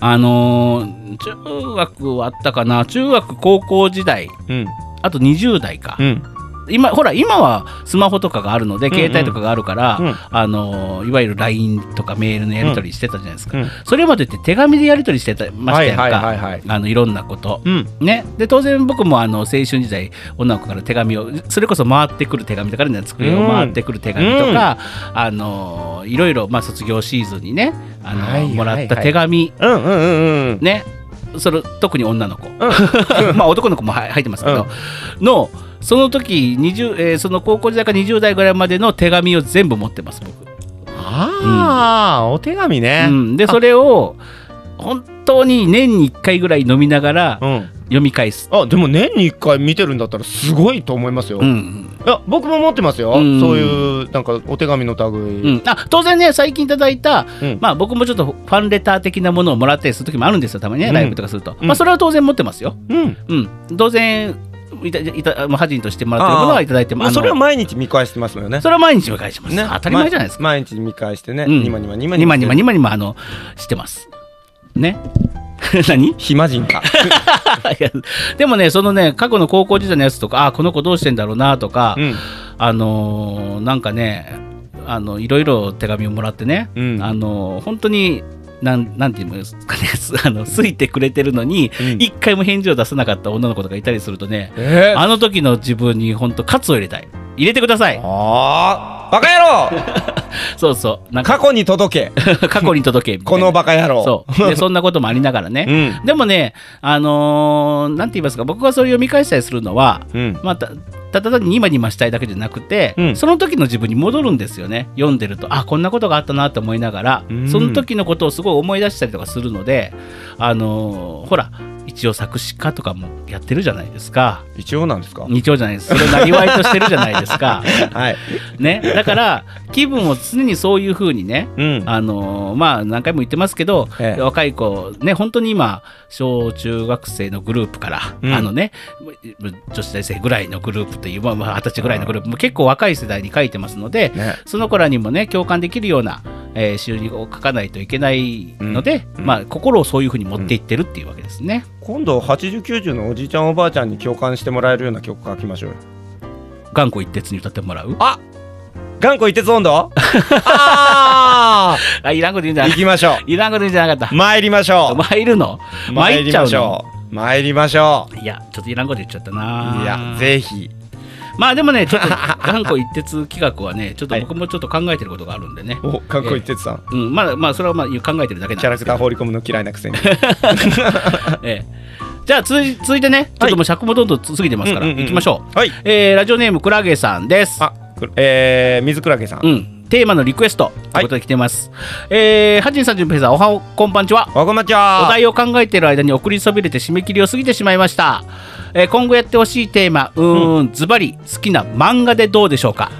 Speaker 1: あのー中学はあったかな中学高校時代
Speaker 2: うん
Speaker 1: あと20代か、
Speaker 2: うん
Speaker 1: 今ほら今はスマホとかがあるので
Speaker 2: ん
Speaker 1: 携帯とかがあるから、
Speaker 2: うん
Speaker 1: あのーいわゆる LINE とかメールのやり取りしてたじゃないですか、
Speaker 2: うん
Speaker 1: それまでって手紙でやり取りしてたましたやんか、
Speaker 2: はいはいはいはい
Speaker 1: あのいろんなこと、
Speaker 2: うん
Speaker 1: ね、で当然僕もあの青春時代女の子から手紙をそれこそ回ってくる手紙とかね机を回ってくる手紙とか、あのーいろいろ、まあ、卒業シーズンにねあのー
Speaker 2: はいはいはい
Speaker 1: もらった手紙
Speaker 2: うんうんうんうん
Speaker 1: ねそれ特に女の子、 まあ男の子もは入ってますけど、のその時20、えーその高校時代から20代ぐらいまでの手紙を全部持ってます僕、
Speaker 2: ああ、お手紙ね
Speaker 1: う、ん、でそれを本当に年に1回ぐらい飲みながら
Speaker 2: うん
Speaker 1: 読み返す、
Speaker 2: あでも年に1回見てるんだったらすごいと思いますよ、
Speaker 1: うん
Speaker 2: いや僕も持ってますよ、
Speaker 1: うん
Speaker 2: そういうなんかお手紙の類、
Speaker 1: うんあ当然ね最近いただいた、
Speaker 2: うん
Speaker 1: まあ、僕もちょっとファンレター的なものをもらったりする時もあるんですよたまにね
Speaker 2: うん
Speaker 1: ライブとかすると、
Speaker 2: うん
Speaker 1: まあ、それは当然持ってますよ、
Speaker 2: うん
Speaker 1: うん、当然いたいたまあ、恥人としてもらってるものはいただいても
Speaker 2: まあ、
Speaker 1: あの
Speaker 2: それは毎日見返してますよね
Speaker 1: それは毎日お返しします、
Speaker 2: ね
Speaker 1: 当たり前じゃないですか
Speaker 2: ま毎日見返してね、
Speaker 1: うん
Speaker 2: にまにまにま
Speaker 1: にまにまにまにまあのしてますね何い
Speaker 2: 暇人か
Speaker 1: やでもねそのね過去の高校時代のやつとかあこの子どうしてんだろうなとか、
Speaker 2: うん
Speaker 1: あのーなんかねあのいろいろ手紙をもらってね、
Speaker 2: うん
Speaker 1: あのー本当になんなんていうんですかね あの好いてくれてるのに
Speaker 2: うん
Speaker 1: 一、回も返事を出さなかった女の子とかいたりするとね
Speaker 2: えー、
Speaker 1: あの時の自分に本当喝を入れたい入れてください
Speaker 2: あーバカ野郎
Speaker 1: そうそうなんか
Speaker 2: 過去に届け
Speaker 1: 過去に届けみたいな
Speaker 2: このバカ野 郎
Speaker 1: そうでそんなこともありながらね、
Speaker 2: うん
Speaker 1: でもね、あのーなんて言いますか、僕がそれを読み返したりするのは、
Speaker 2: うん
Speaker 1: まあ、たただ単にニマニマしたいだけじゃなくて、
Speaker 2: うん
Speaker 1: その時の自分に戻るんですよね、読んでると、あこんなことがあったなと思いながら、
Speaker 2: うん
Speaker 1: その時のことをすごい思い出したりとかするので、あのーほら、一応作詞家とかもやってるじゃないですか、
Speaker 2: 一応なんですか
Speaker 1: 一応じゃないです、それをなりわいとしてるじゃないです か。
Speaker 2: はい
Speaker 1: ね、だから、気分を常にそういう風にね、
Speaker 2: うん
Speaker 1: あのーまあ何回も言ってますけど、
Speaker 2: ええ
Speaker 1: 若い子ね本当に今小中学生のグループから、
Speaker 2: うん
Speaker 1: あのね女子大生ぐらいのグループというまあまあ二十歳ぐらいのグループも結構若い世代に書いてますので、
Speaker 2: ね
Speaker 1: その子らにもね共感できるような、えー、収入を書かないといけないので、
Speaker 2: うん
Speaker 1: まあ心をそういうふうに持っていってるっていうわけですね。
Speaker 2: 今度8090のおじいちゃんおばあちゃんに共感してもらえるような曲書きましょうよ
Speaker 1: 頑固一徹に歌ってもらう。
Speaker 2: あ頑固一徹温度あ
Speaker 1: あいらんこと言うんじゃ
Speaker 2: あ
Speaker 1: な
Speaker 2: 行
Speaker 1: い。
Speaker 2: きましょ
Speaker 1: いらんこと言うんじゃなかっ
Speaker 2: う参りましょ
Speaker 1: た。
Speaker 2: う
Speaker 1: 参るの。参っ
Speaker 2: り
Speaker 1: ちゃ
Speaker 2: ま
Speaker 1: う
Speaker 2: し
Speaker 1: の。
Speaker 2: ょう参りましょ
Speaker 1: いやちょっといらんこと言っちゃった
Speaker 2: う
Speaker 1: な。
Speaker 2: いやぜひ
Speaker 1: まあでもね、ちょっと頑固一徹企画 はね、ちょっと僕もちょっと考えてることがあるんでね。
Speaker 2: お頑固一徹さん
Speaker 1: うん、まあまあそれはまあ考えてるだけなん
Speaker 2: キャ
Speaker 1: で
Speaker 2: ラ
Speaker 1: す
Speaker 2: ク
Speaker 1: け
Speaker 2: ター
Speaker 1: ど。
Speaker 2: 放り込むの嫌いな くせに
Speaker 1: ええじゃあ続い続いてね、ちょっともう尺もどんどん過ぎてますから、
Speaker 2: うんうんうん
Speaker 1: 行きましょう。
Speaker 2: はい
Speaker 1: えーラジオネームクラゲさんです。
Speaker 2: あくえー水クラゲさん
Speaker 1: うん、テーマのリクエストということで来てます。えー、はじんさん、じゅんぺいさん、おはこんばんちは。
Speaker 2: わこまち
Speaker 1: お
Speaker 2: は
Speaker 1: 題を考えている間に送りそびれて締め切りを過ぎてしまいました、えー今後やってほしいテーマうーんズバリ好きな漫画でどうでしょうか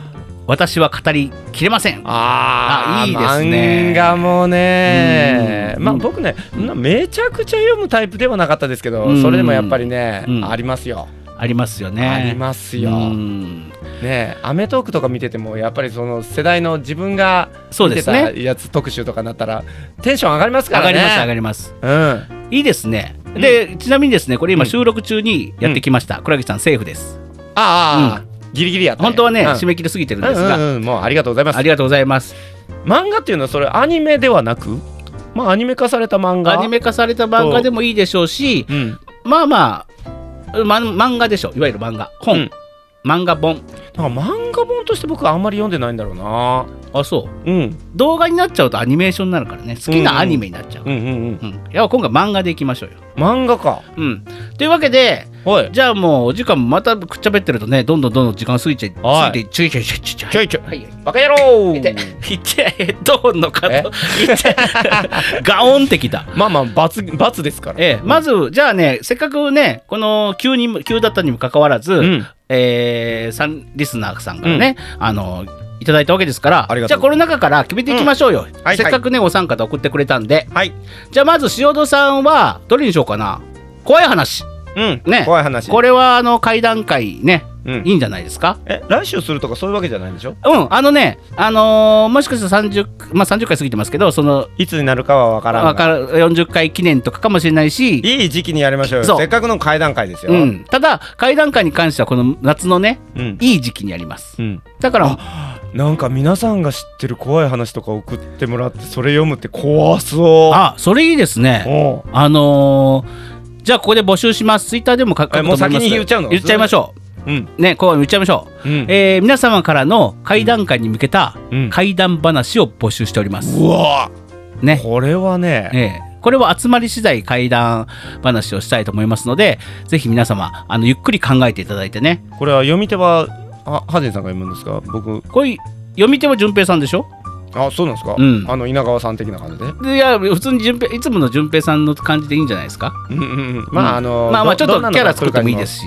Speaker 1: 私は語りきれません
Speaker 2: あー
Speaker 1: あいいですね
Speaker 2: 漫画もね
Speaker 1: うん
Speaker 2: まあ僕ねなめちゃくちゃ読むタイプではなかったですけ
Speaker 1: う
Speaker 2: ど
Speaker 1: ん
Speaker 2: それでもやっぱりね
Speaker 1: うん
Speaker 2: ありますよ
Speaker 1: ありますよね
Speaker 2: ありますよ
Speaker 1: うん
Speaker 2: ねえアメトークとか見ててもやっぱりその世代の自分が
Speaker 1: そうで
Speaker 2: 見て
Speaker 1: す
Speaker 2: た
Speaker 1: ね
Speaker 2: やつ特集とかになったらテンション上がりますか
Speaker 1: 上が
Speaker 2: らね
Speaker 1: ります上がります
Speaker 2: うん
Speaker 1: いいですね
Speaker 2: ん
Speaker 1: でちなみにですねこれ今
Speaker 2: うん
Speaker 1: 収録中にやってきました倉木さんセーフです
Speaker 2: あーあーギリギリやった
Speaker 1: 本当はね
Speaker 2: うん
Speaker 1: 締め切り過ぎてるんです
Speaker 2: うん
Speaker 1: が
Speaker 2: うんうんもうありがとうございます
Speaker 1: ありがとうございます
Speaker 2: 漫画っていうのはそれアニメではなくまあアニメ化された漫画
Speaker 1: アニメ化された漫画でもいいでしょうし
Speaker 2: うん
Speaker 1: まあまあ、ま、漫画でしょいわゆる漫画
Speaker 2: う
Speaker 1: 本
Speaker 2: ん
Speaker 1: 漫画本
Speaker 2: なんか漫画本として僕はあんまり読んでないんだろうな
Speaker 1: あそう
Speaker 2: うん
Speaker 1: 動画になっちゃうとアニメーションになるからね好きなアニメになっちゃう、
Speaker 2: うんうんうん
Speaker 1: うんいや今回漫画でいきましょうよ、
Speaker 2: 漫画か
Speaker 1: うん、というわけで
Speaker 2: はい
Speaker 1: じゃあもうお時間またくっちゃべってるとねどんどんどんどん時間過ぎちゃい
Speaker 2: はい
Speaker 1: 過ぎてちょいちょいちょいちょい
Speaker 2: ちょいちょい
Speaker 1: はいはい
Speaker 2: バカ野郎
Speaker 1: 痛い痛いヘッドホンの角
Speaker 2: え
Speaker 1: 痛い ガオンってきた
Speaker 2: まあまあ罰罰ですから
Speaker 1: ええ、まずじゃあねせっかくねこの急にも急だったにもかかわらず、
Speaker 2: ん
Speaker 1: えーさんリスナーさんからね、あのいただいたわけですから
Speaker 2: ありがとう
Speaker 1: じゃあこの中から決めていきましょうよ、
Speaker 2: はい
Speaker 1: せっかくねお三方送ってくれたんで、
Speaker 2: はい
Speaker 1: じゃあまず塩戸さんはどれにしようかな怖い話
Speaker 2: うん
Speaker 1: ね
Speaker 2: 怖い話
Speaker 1: これはあの会談会ね
Speaker 2: うん
Speaker 1: いいんじゃないですか
Speaker 2: え来週するとかそういうわけじゃないんでしょ
Speaker 1: うんあのねあのーもしかしたら30、まあ、30回過ぎてますけどその
Speaker 2: いつになるかは分からん
Speaker 1: わ
Speaker 2: が
Speaker 1: かる40回記念とかかもしれないし
Speaker 2: いい時期にやりましょう
Speaker 1: そ
Speaker 2: よ
Speaker 1: う
Speaker 2: せっかくの会談会ですよ
Speaker 1: う、ん、ただ会談会に関してはこの夏のね
Speaker 2: うん
Speaker 1: いい時期にやります
Speaker 2: うん
Speaker 1: だから
Speaker 2: なんか皆さんが知ってる怖い話とか送ってもらってそれ読むって怖そう
Speaker 1: あそれいいですね
Speaker 2: おう
Speaker 1: あのーじゃあここで募集しますツイッターでも書くと思います
Speaker 2: えもう先に言っちゃうの
Speaker 1: 言っちゃいましょ
Speaker 2: うん
Speaker 1: うねこう言っちゃいましょう、
Speaker 2: うん
Speaker 1: えー皆様からの会談会に向けた
Speaker 2: うん
Speaker 1: 会談話を募集しております、
Speaker 2: うわ
Speaker 1: ね
Speaker 2: これはね
Speaker 1: ええこれは集まり次第会談話をしたいと思いますのでぜひ皆様あのゆっくり考えていただいてね
Speaker 2: これは読み手はあハジンさんが読むんですか僕
Speaker 1: これ読み手は順平さんでしょ
Speaker 2: あそうなんですか、
Speaker 1: うん
Speaker 2: あの稲川さん的な感じで
Speaker 1: いや普通に順平いつもの順平さんの感じでいいんじゃないですか
Speaker 2: うんうんうんまああの
Speaker 1: まあまあちょ
Speaker 2: ど
Speaker 1: っと
Speaker 2: どんなの
Speaker 1: キャ
Speaker 2: が
Speaker 1: ラ作ってもいいですし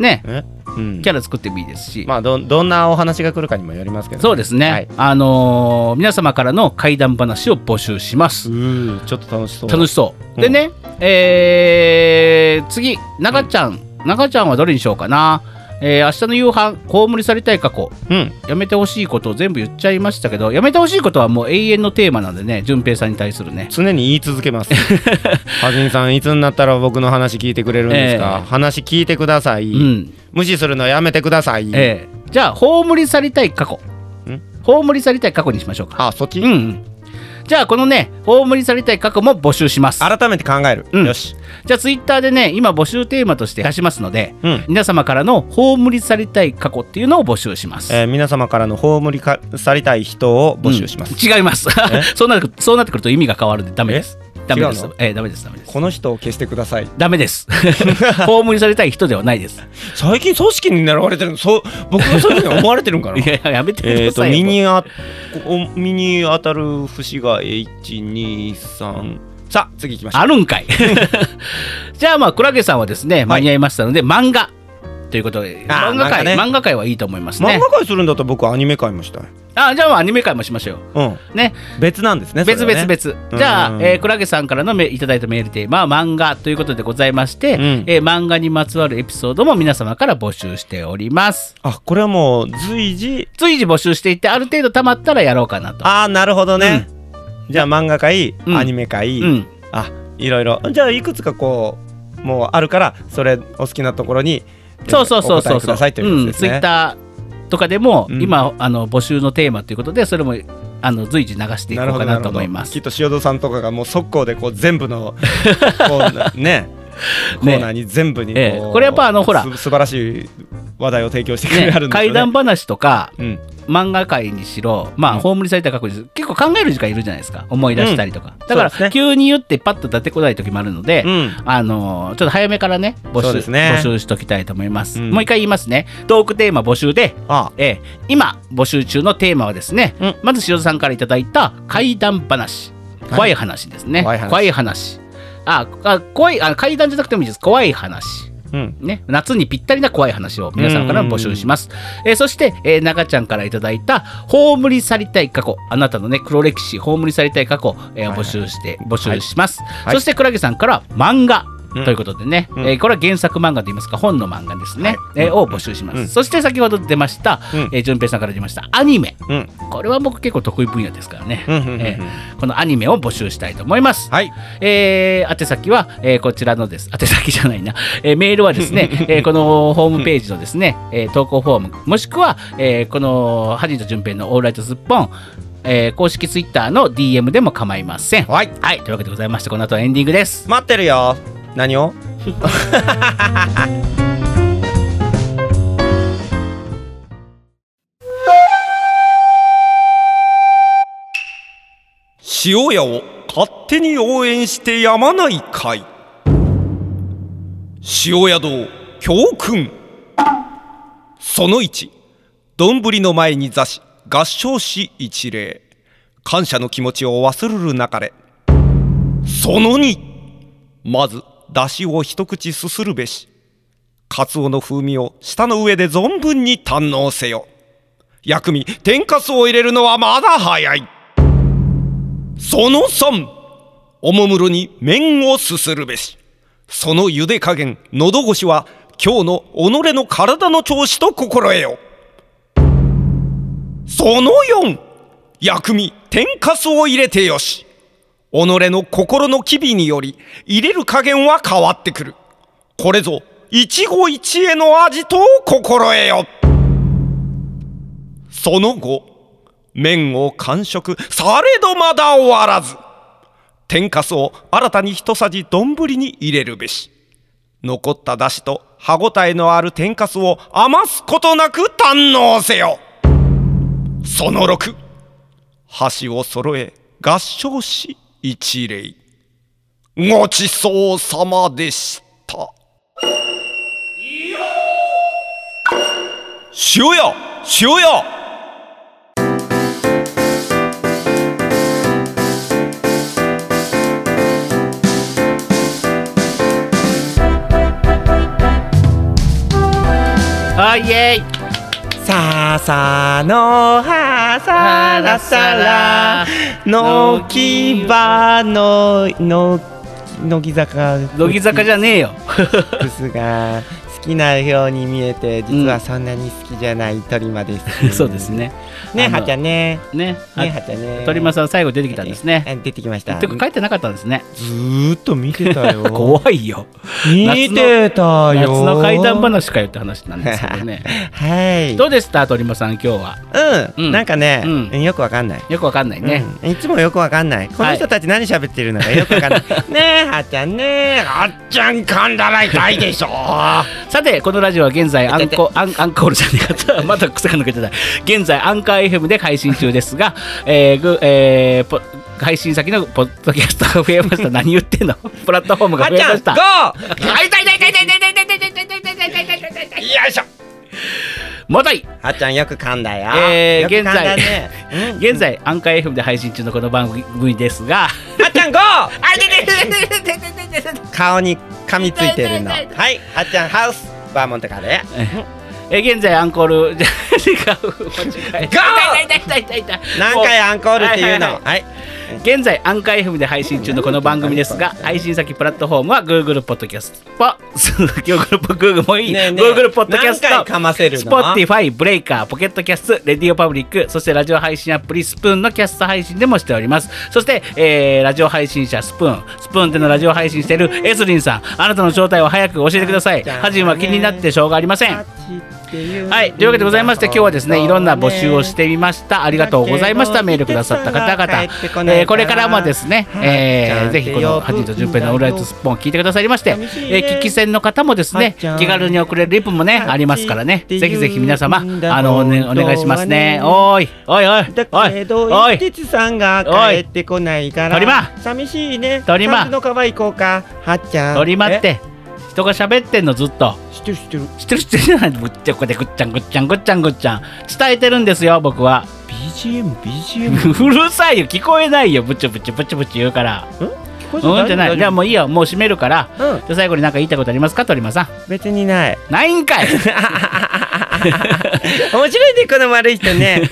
Speaker 1: ね
Speaker 2: 来るかにもね、うん、
Speaker 1: キャラ作ってもいいですし、
Speaker 2: まあどどんなお話が来るかにもよりますけど
Speaker 1: そうですね、
Speaker 2: はい
Speaker 1: あのー皆様からの怪談話を募集します
Speaker 2: うーちょっと楽しそう
Speaker 1: 楽しそう、
Speaker 2: うん
Speaker 1: でねえー次中ちゃん、中ちゃんはどれにしようかなえー明日の夕飯葬りされたい過去
Speaker 2: うん
Speaker 1: やめてほしいことを全部言っちゃいましたけどやめてほしいことはもう永遠のテーマなんでね順平さんに対するね
Speaker 2: 常に言い続 けます。はじんさんいつになったら僕の話聞いてくれるんですか、
Speaker 1: ええ
Speaker 2: 話聞いてください、
Speaker 1: うん
Speaker 2: 無視するのやめてください、
Speaker 1: えーじゃあ葬り去りたい過去
Speaker 2: ん
Speaker 1: 葬り去りたい過去にしましょうか
Speaker 2: あそっち、
Speaker 1: うんうん。じゃあこのね葬り去りたい過去も募集します
Speaker 4: 改めて考える、
Speaker 1: うん
Speaker 4: よし
Speaker 1: じゃあツイッターでね今募集テーマとして出しますので、
Speaker 4: うん
Speaker 1: 皆様からの葬り去りたい過去っていうのを募集します、
Speaker 4: えー皆様からの葬りか去りたい人を募集します、
Speaker 1: うん違います そうなるそうなってくると意味が変わるんでダメですダメで
Speaker 4: 違う
Speaker 1: す
Speaker 4: の
Speaker 1: えーダメですダメです
Speaker 4: この人を消してください
Speaker 1: ダメです 葬りされたい人ではないです
Speaker 3: 最近組織に狙われてるのそう僕がそういうふうに思われてるんかない
Speaker 1: やいややめてください
Speaker 4: え
Speaker 1: よ
Speaker 4: っ、と身にあお身に当たる節が123さあ次行きましょう
Speaker 1: あるんかいじゃあまあクラゲさんはですね間に合いましたので、漫画ということで
Speaker 4: あー
Speaker 1: 漫画
Speaker 4: 漫画
Speaker 1: 界、
Speaker 4: ね
Speaker 1: 漫画界はいいと思います
Speaker 4: 漫
Speaker 1: ね
Speaker 4: 画界するんだったら僕アニメ界もしたい
Speaker 1: あーじゃあまあアニメ界もしましょう
Speaker 4: うん
Speaker 1: ね
Speaker 4: 別なんですねそれ
Speaker 1: 別
Speaker 4: は
Speaker 1: 々
Speaker 4: ね
Speaker 1: 別、
Speaker 4: うん
Speaker 1: じゃあ、えー、クラゲさんからのめいただいたメールテーマは漫画ということでございまして、
Speaker 4: ん
Speaker 1: えー漫画にまつわるエピソードも皆様から募集しております
Speaker 4: あこれはもう随時
Speaker 1: 随時募集していってある程度たまったらやろうかなと
Speaker 4: ああなるほどね、じゃあ漫画界、
Speaker 1: うん
Speaker 4: アニメ界、
Speaker 1: うん
Speaker 4: あいろいろじゃあいくつかこうもうあるからそれお好きなところに
Speaker 1: そうそうそうそう
Speaker 4: お答えくだ
Speaker 1: そ
Speaker 4: さいということ
Speaker 1: うん
Speaker 4: です
Speaker 1: ツイ
Speaker 4: ね、
Speaker 1: ッターとかでも、
Speaker 4: うん
Speaker 1: 今あの募集のテーマということでそれもあの随時流していこうかなと思いま
Speaker 4: き
Speaker 1: す
Speaker 4: っ。と塩戸さんとかがもう速攻でこう全 部のこうねコーナーに全部にこう、
Speaker 1: ええこれやっぱあのほら
Speaker 4: す素晴らしい話題を提供してくれ
Speaker 1: ね
Speaker 4: るんです
Speaker 1: 怪
Speaker 4: よね
Speaker 1: 談話とか
Speaker 4: うん
Speaker 1: 漫画界にしろまあ、
Speaker 4: うん
Speaker 1: 葬りされた過去にしろ結構考える時間いるじゃないですか思い出したりとか、だか
Speaker 4: そうですね
Speaker 1: ら急に言ってパッと立てこない時もあるので、
Speaker 4: うん
Speaker 1: あのーちょっと早めからね募
Speaker 4: そうで
Speaker 1: 集
Speaker 4: すね
Speaker 1: 募集しときたいと思います、
Speaker 4: うん
Speaker 1: もう一回言いますねトークテーマ募集で、
Speaker 4: あ
Speaker 1: ええ今募集中のテーマはですね、
Speaker 4: うん
Speaker 1: まず塩田さんからいただいた怪談話怖い話ですね、
Speaker 4: 怖い話
Speaker 1: 話ああ怖いあ怪談じゃなくてもいいです怖い話
Speaker 4: うん
Speaker 1: ね、夏にぴったりな怖い話を皆さんから募集します、えーそして、えー、中ちゃんからいただいた「葬り去りたい過去」あなたのね黒歴史葬り去りたい過去、えー募集して、募集します、
Speaker 4: い
Speaker 1: そしてクラゲさんから漫画
Speaker 4: うん
Speaker 1: ということでね、
Speaker 4: ん
Speaker 1: えーこれは原作漫画といいますか本の漫画ですね、
Speaker 4: い
Speaker 1: えーを募集します、
Speaker 4: うん
Speaker 1: そして先ほど出ました
Speaker 4: うん
Speaker 1: えー順、平さんから出ましたアニメ
Speaker 4: うん
Speaker 1: これは僕結構得意分野ですからね、
Speaker 4: うんうんうんうん
Speaker 1: えーこのアニメを募集したいと思います、
Speaker 4: はい
Speaker 1: えー宛先は、えーこちらのです宛先じゃないな、えーメールはです ね、えーこのホームページのですね、えー投稿フォームもしくは、えーこの「ハジと順平のオールライトスッポン」えー公式ツイッターの DM でも構いません。
Speaker 4: はい
Speaker 1: はい、というわけでございましてこの後はエンディングです。
Speaker 4: 待ってるよ何を
Speaker 3: 塩屋を勝手に応援してやまない会塩屋堂教訓その1丼の前に座し合唱し一礼感謝の気持ちを忘れるなかれその2まず出汁を一口すするべしカツオの風味を舌の上で存分に堪能せよ薬味天かすを入れるのはまだ早いその3おもむろに麺をすするべしその茹で加減喉越しは今日の己の体の調子と心得よその4薬味天かすを入れてよし己の心の機微により入れる加減は変わってくるこれぞ一期一会の味と心得よその後麺を完食されどまだ終わらず天かすを新たに一さじ丼に入れるべし残っただしと歯ごたえのある天かすを余すことなく堪能せよその6箸を揃え合掌し一礼ごちそうさまでした塩屋塩屋
Speaker 1: あイエーイ
Speaker 2: ささのはさらさらのきばのの乃木坂
Speaker 1: 乃木坂じゃねえよ。
Speaker 2: ックスが好きなように見えて実はそんなに好きじゃない鳥間で す、
Speaker 1: そうですね。
Speaker 2: ね
Speaker 1: あの
Speaker 2: はちゃんね
Speaker 1: ね、あ
Speaker 2: ねはちゃんね
Speaker 1: 鳥間さん最後出てきたんですね。
Speaker 2: あ出てきました
Speaker 1: てか書いてなかったんですね。
Speaker 2: ずーっと見てたよ
Speaker 1: 怖いよ。
Speaker 2: 見てた
Speaker 1: 夏
Speaker 2: よ
Speaker 1: の怪談話かよって話なんですけどね。
Speaker 2: はい
Speaker 1: どうでした鳥間さん今日は。
Speaker 2: うん、
Speaker 1: うん
Speaker 2: なんかね、
Speaker 1: う
Speaker 2: よくわかんない
Speaker 1: よくわかんないね。
Speaker 2: うんいつもよくわかんないこの人たち何喋ってるのかよくわかんない、ねえはっちゃんね
Speaker 4: あっちゃん噛んだら痛いでしょ
Speaker 1: さてこのラジオは現在アンコアンアンコールじゃねえかまた癖が抜けてない現在アンカー FM で配信中ですが、えーぐえーポ配信先のポッドキャストが増えました何言ってんのプラットフォームが増えました
Speaker 4: よいしょ
Speaker 1: 戻り
Speaker 2: はっちゃんよく噛んだよ、
Speaker 1: えー
Speaker 2: よく噛んだね、うん
Speaker 1: 現在アンカー FM で配信中のこの番組ですが
Speaker 2: はっちゃん GO! 顔に噛みついてるのはいはっちゃんハウスバーモントカレー
Speaker 1: えー現在アンコールじゃ違う間違えた
Speaker 2: 何回アンコールっていうの
Speaker 1: はい
Speaker 2: は、
Speaker 1: はい現在アンカー FM で配信中のこの番組ですが配信先プラットフォームは Google ポッドキャスト Google ポ Google もいい、
Speaker 2: ねえねえ
Speaker 1: Google ポッドキャスト
Speaker 2: 何回噛ませるの
Speaker 1: Spotify ブレイカーポケットキャストレディオパブリックそしてラジオ配信アプリスプーンのキャスト配信でもしておりますそして、えーラジオ配信者スプーンスプーンでのラジオ配信しているエスリンさんあなたの正体を早く教えてくださいハジンは気になってしょうがありませんはい、というわけでございまして今日はですねいろんな募集をしてみましたありがとうございましたメールくださった方々、えーこれからもですね、
Speaker 2: はい
Speaker 1: えー
Speaker 2: はい
Speaker 1: ぜひこの「ハジンと順平のオールライトスッポン」を聞いてくださいまして、え
Speaker 2: 寂しいね
Speaker 1: ー聞き戦の方もですね
Speaker 2: はい
Speaker 1: 気軽に送れるリプもね
Speaker 2: はい
Speaker 1: ありますからね
Speaker 2: ってい
Speaker 1: ぜ
Speaker 2: う
Speaker 1: ひぜひ皆様あの、ね、お
Speaker 2: 本当はね
Speaker 1: 願いしますねおーいおいおいお
Speaker 2: だけ
Speaker 1: い
Speaker 2: ど
Speaker 1: お
Speaker 2: 一
Speaker 1: い
Speaker 2: 徹さんが帰ってこないから
Speaker 1: おい鳥間
Speaker 2: 寂しいね
Speaker 1: 鳥間
Speaker 2: サンズの川行こうかはっちゃん
Speaker 1: 取り待って人が喋ってんのずっと
Speaker 2: え知ってる知ってる
Speaker 1: 知ってる知ってるじゃないぐっちゃぐっちゃぐっちゃぐっちゃぐっちゃぐっちゃ伝えてるんですよ僕は
Speaker 2: BGM BGM
Speaker 1: うるさいよ聞こえないよぶちょぶちょぶちょぶちょ言うからうんじゃないじゃあもういいよもう閉めるから
Speaker 2: うん
Speaker 1: じゃあ最後に何か言いたいことありますか鳥間さん
Speaker 2: 別 にない
Speaker 1: ないんかい
Speaker 2: 面白いねこの丸い人 ね。ね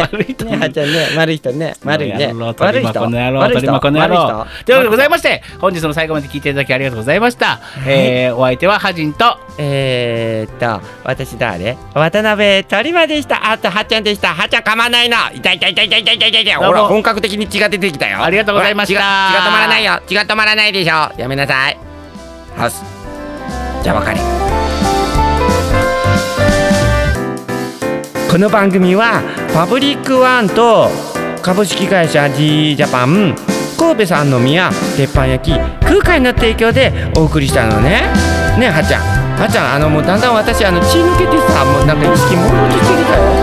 Speaker 1: 悪い人
Speaker 2: ねはっちゃんね丸い人ね丸 いね
Speaker 1: この野郎
Speaker 2: 悪
Speaker 1: 鳥
Speaker 2: い
Speaker 1: ま
Speaker 2: 人
Speaker 1: この野郎
Speaker 2: 悪い
Speaker 1: 鳥
Speaker 2: 人
Speaker 1: まこの野郎
Speaker 2: 悪い人
Speaker 1: というわけでございまして本日も最後まで聞いていただきありがとうございました、えーお相手はハジンと
Speaker 2: えーっと私誰渡辺鳥間でしたあとはっちゃんでしたはっちゃん噛まないの痛い痛い痛い痛い痛い痛い痛い
Speaker 1: どうも
Speaker 2: ほら本格的に血が出てきたよ
Speaker 1: ありがとうございました
Speaker 2: ほら血が血が止まらないよ血が止まらないでしょやめなさいハウスじゃあ別れこの番組はパブリックワンと株式会社 G ジャパン神戸三宮鉄板焼き空海の提供でお送りしたのねねえはっちゃんはっちゃんあのもうだんだん私あの血抜けてさもうなんか意識もろにしてきたよ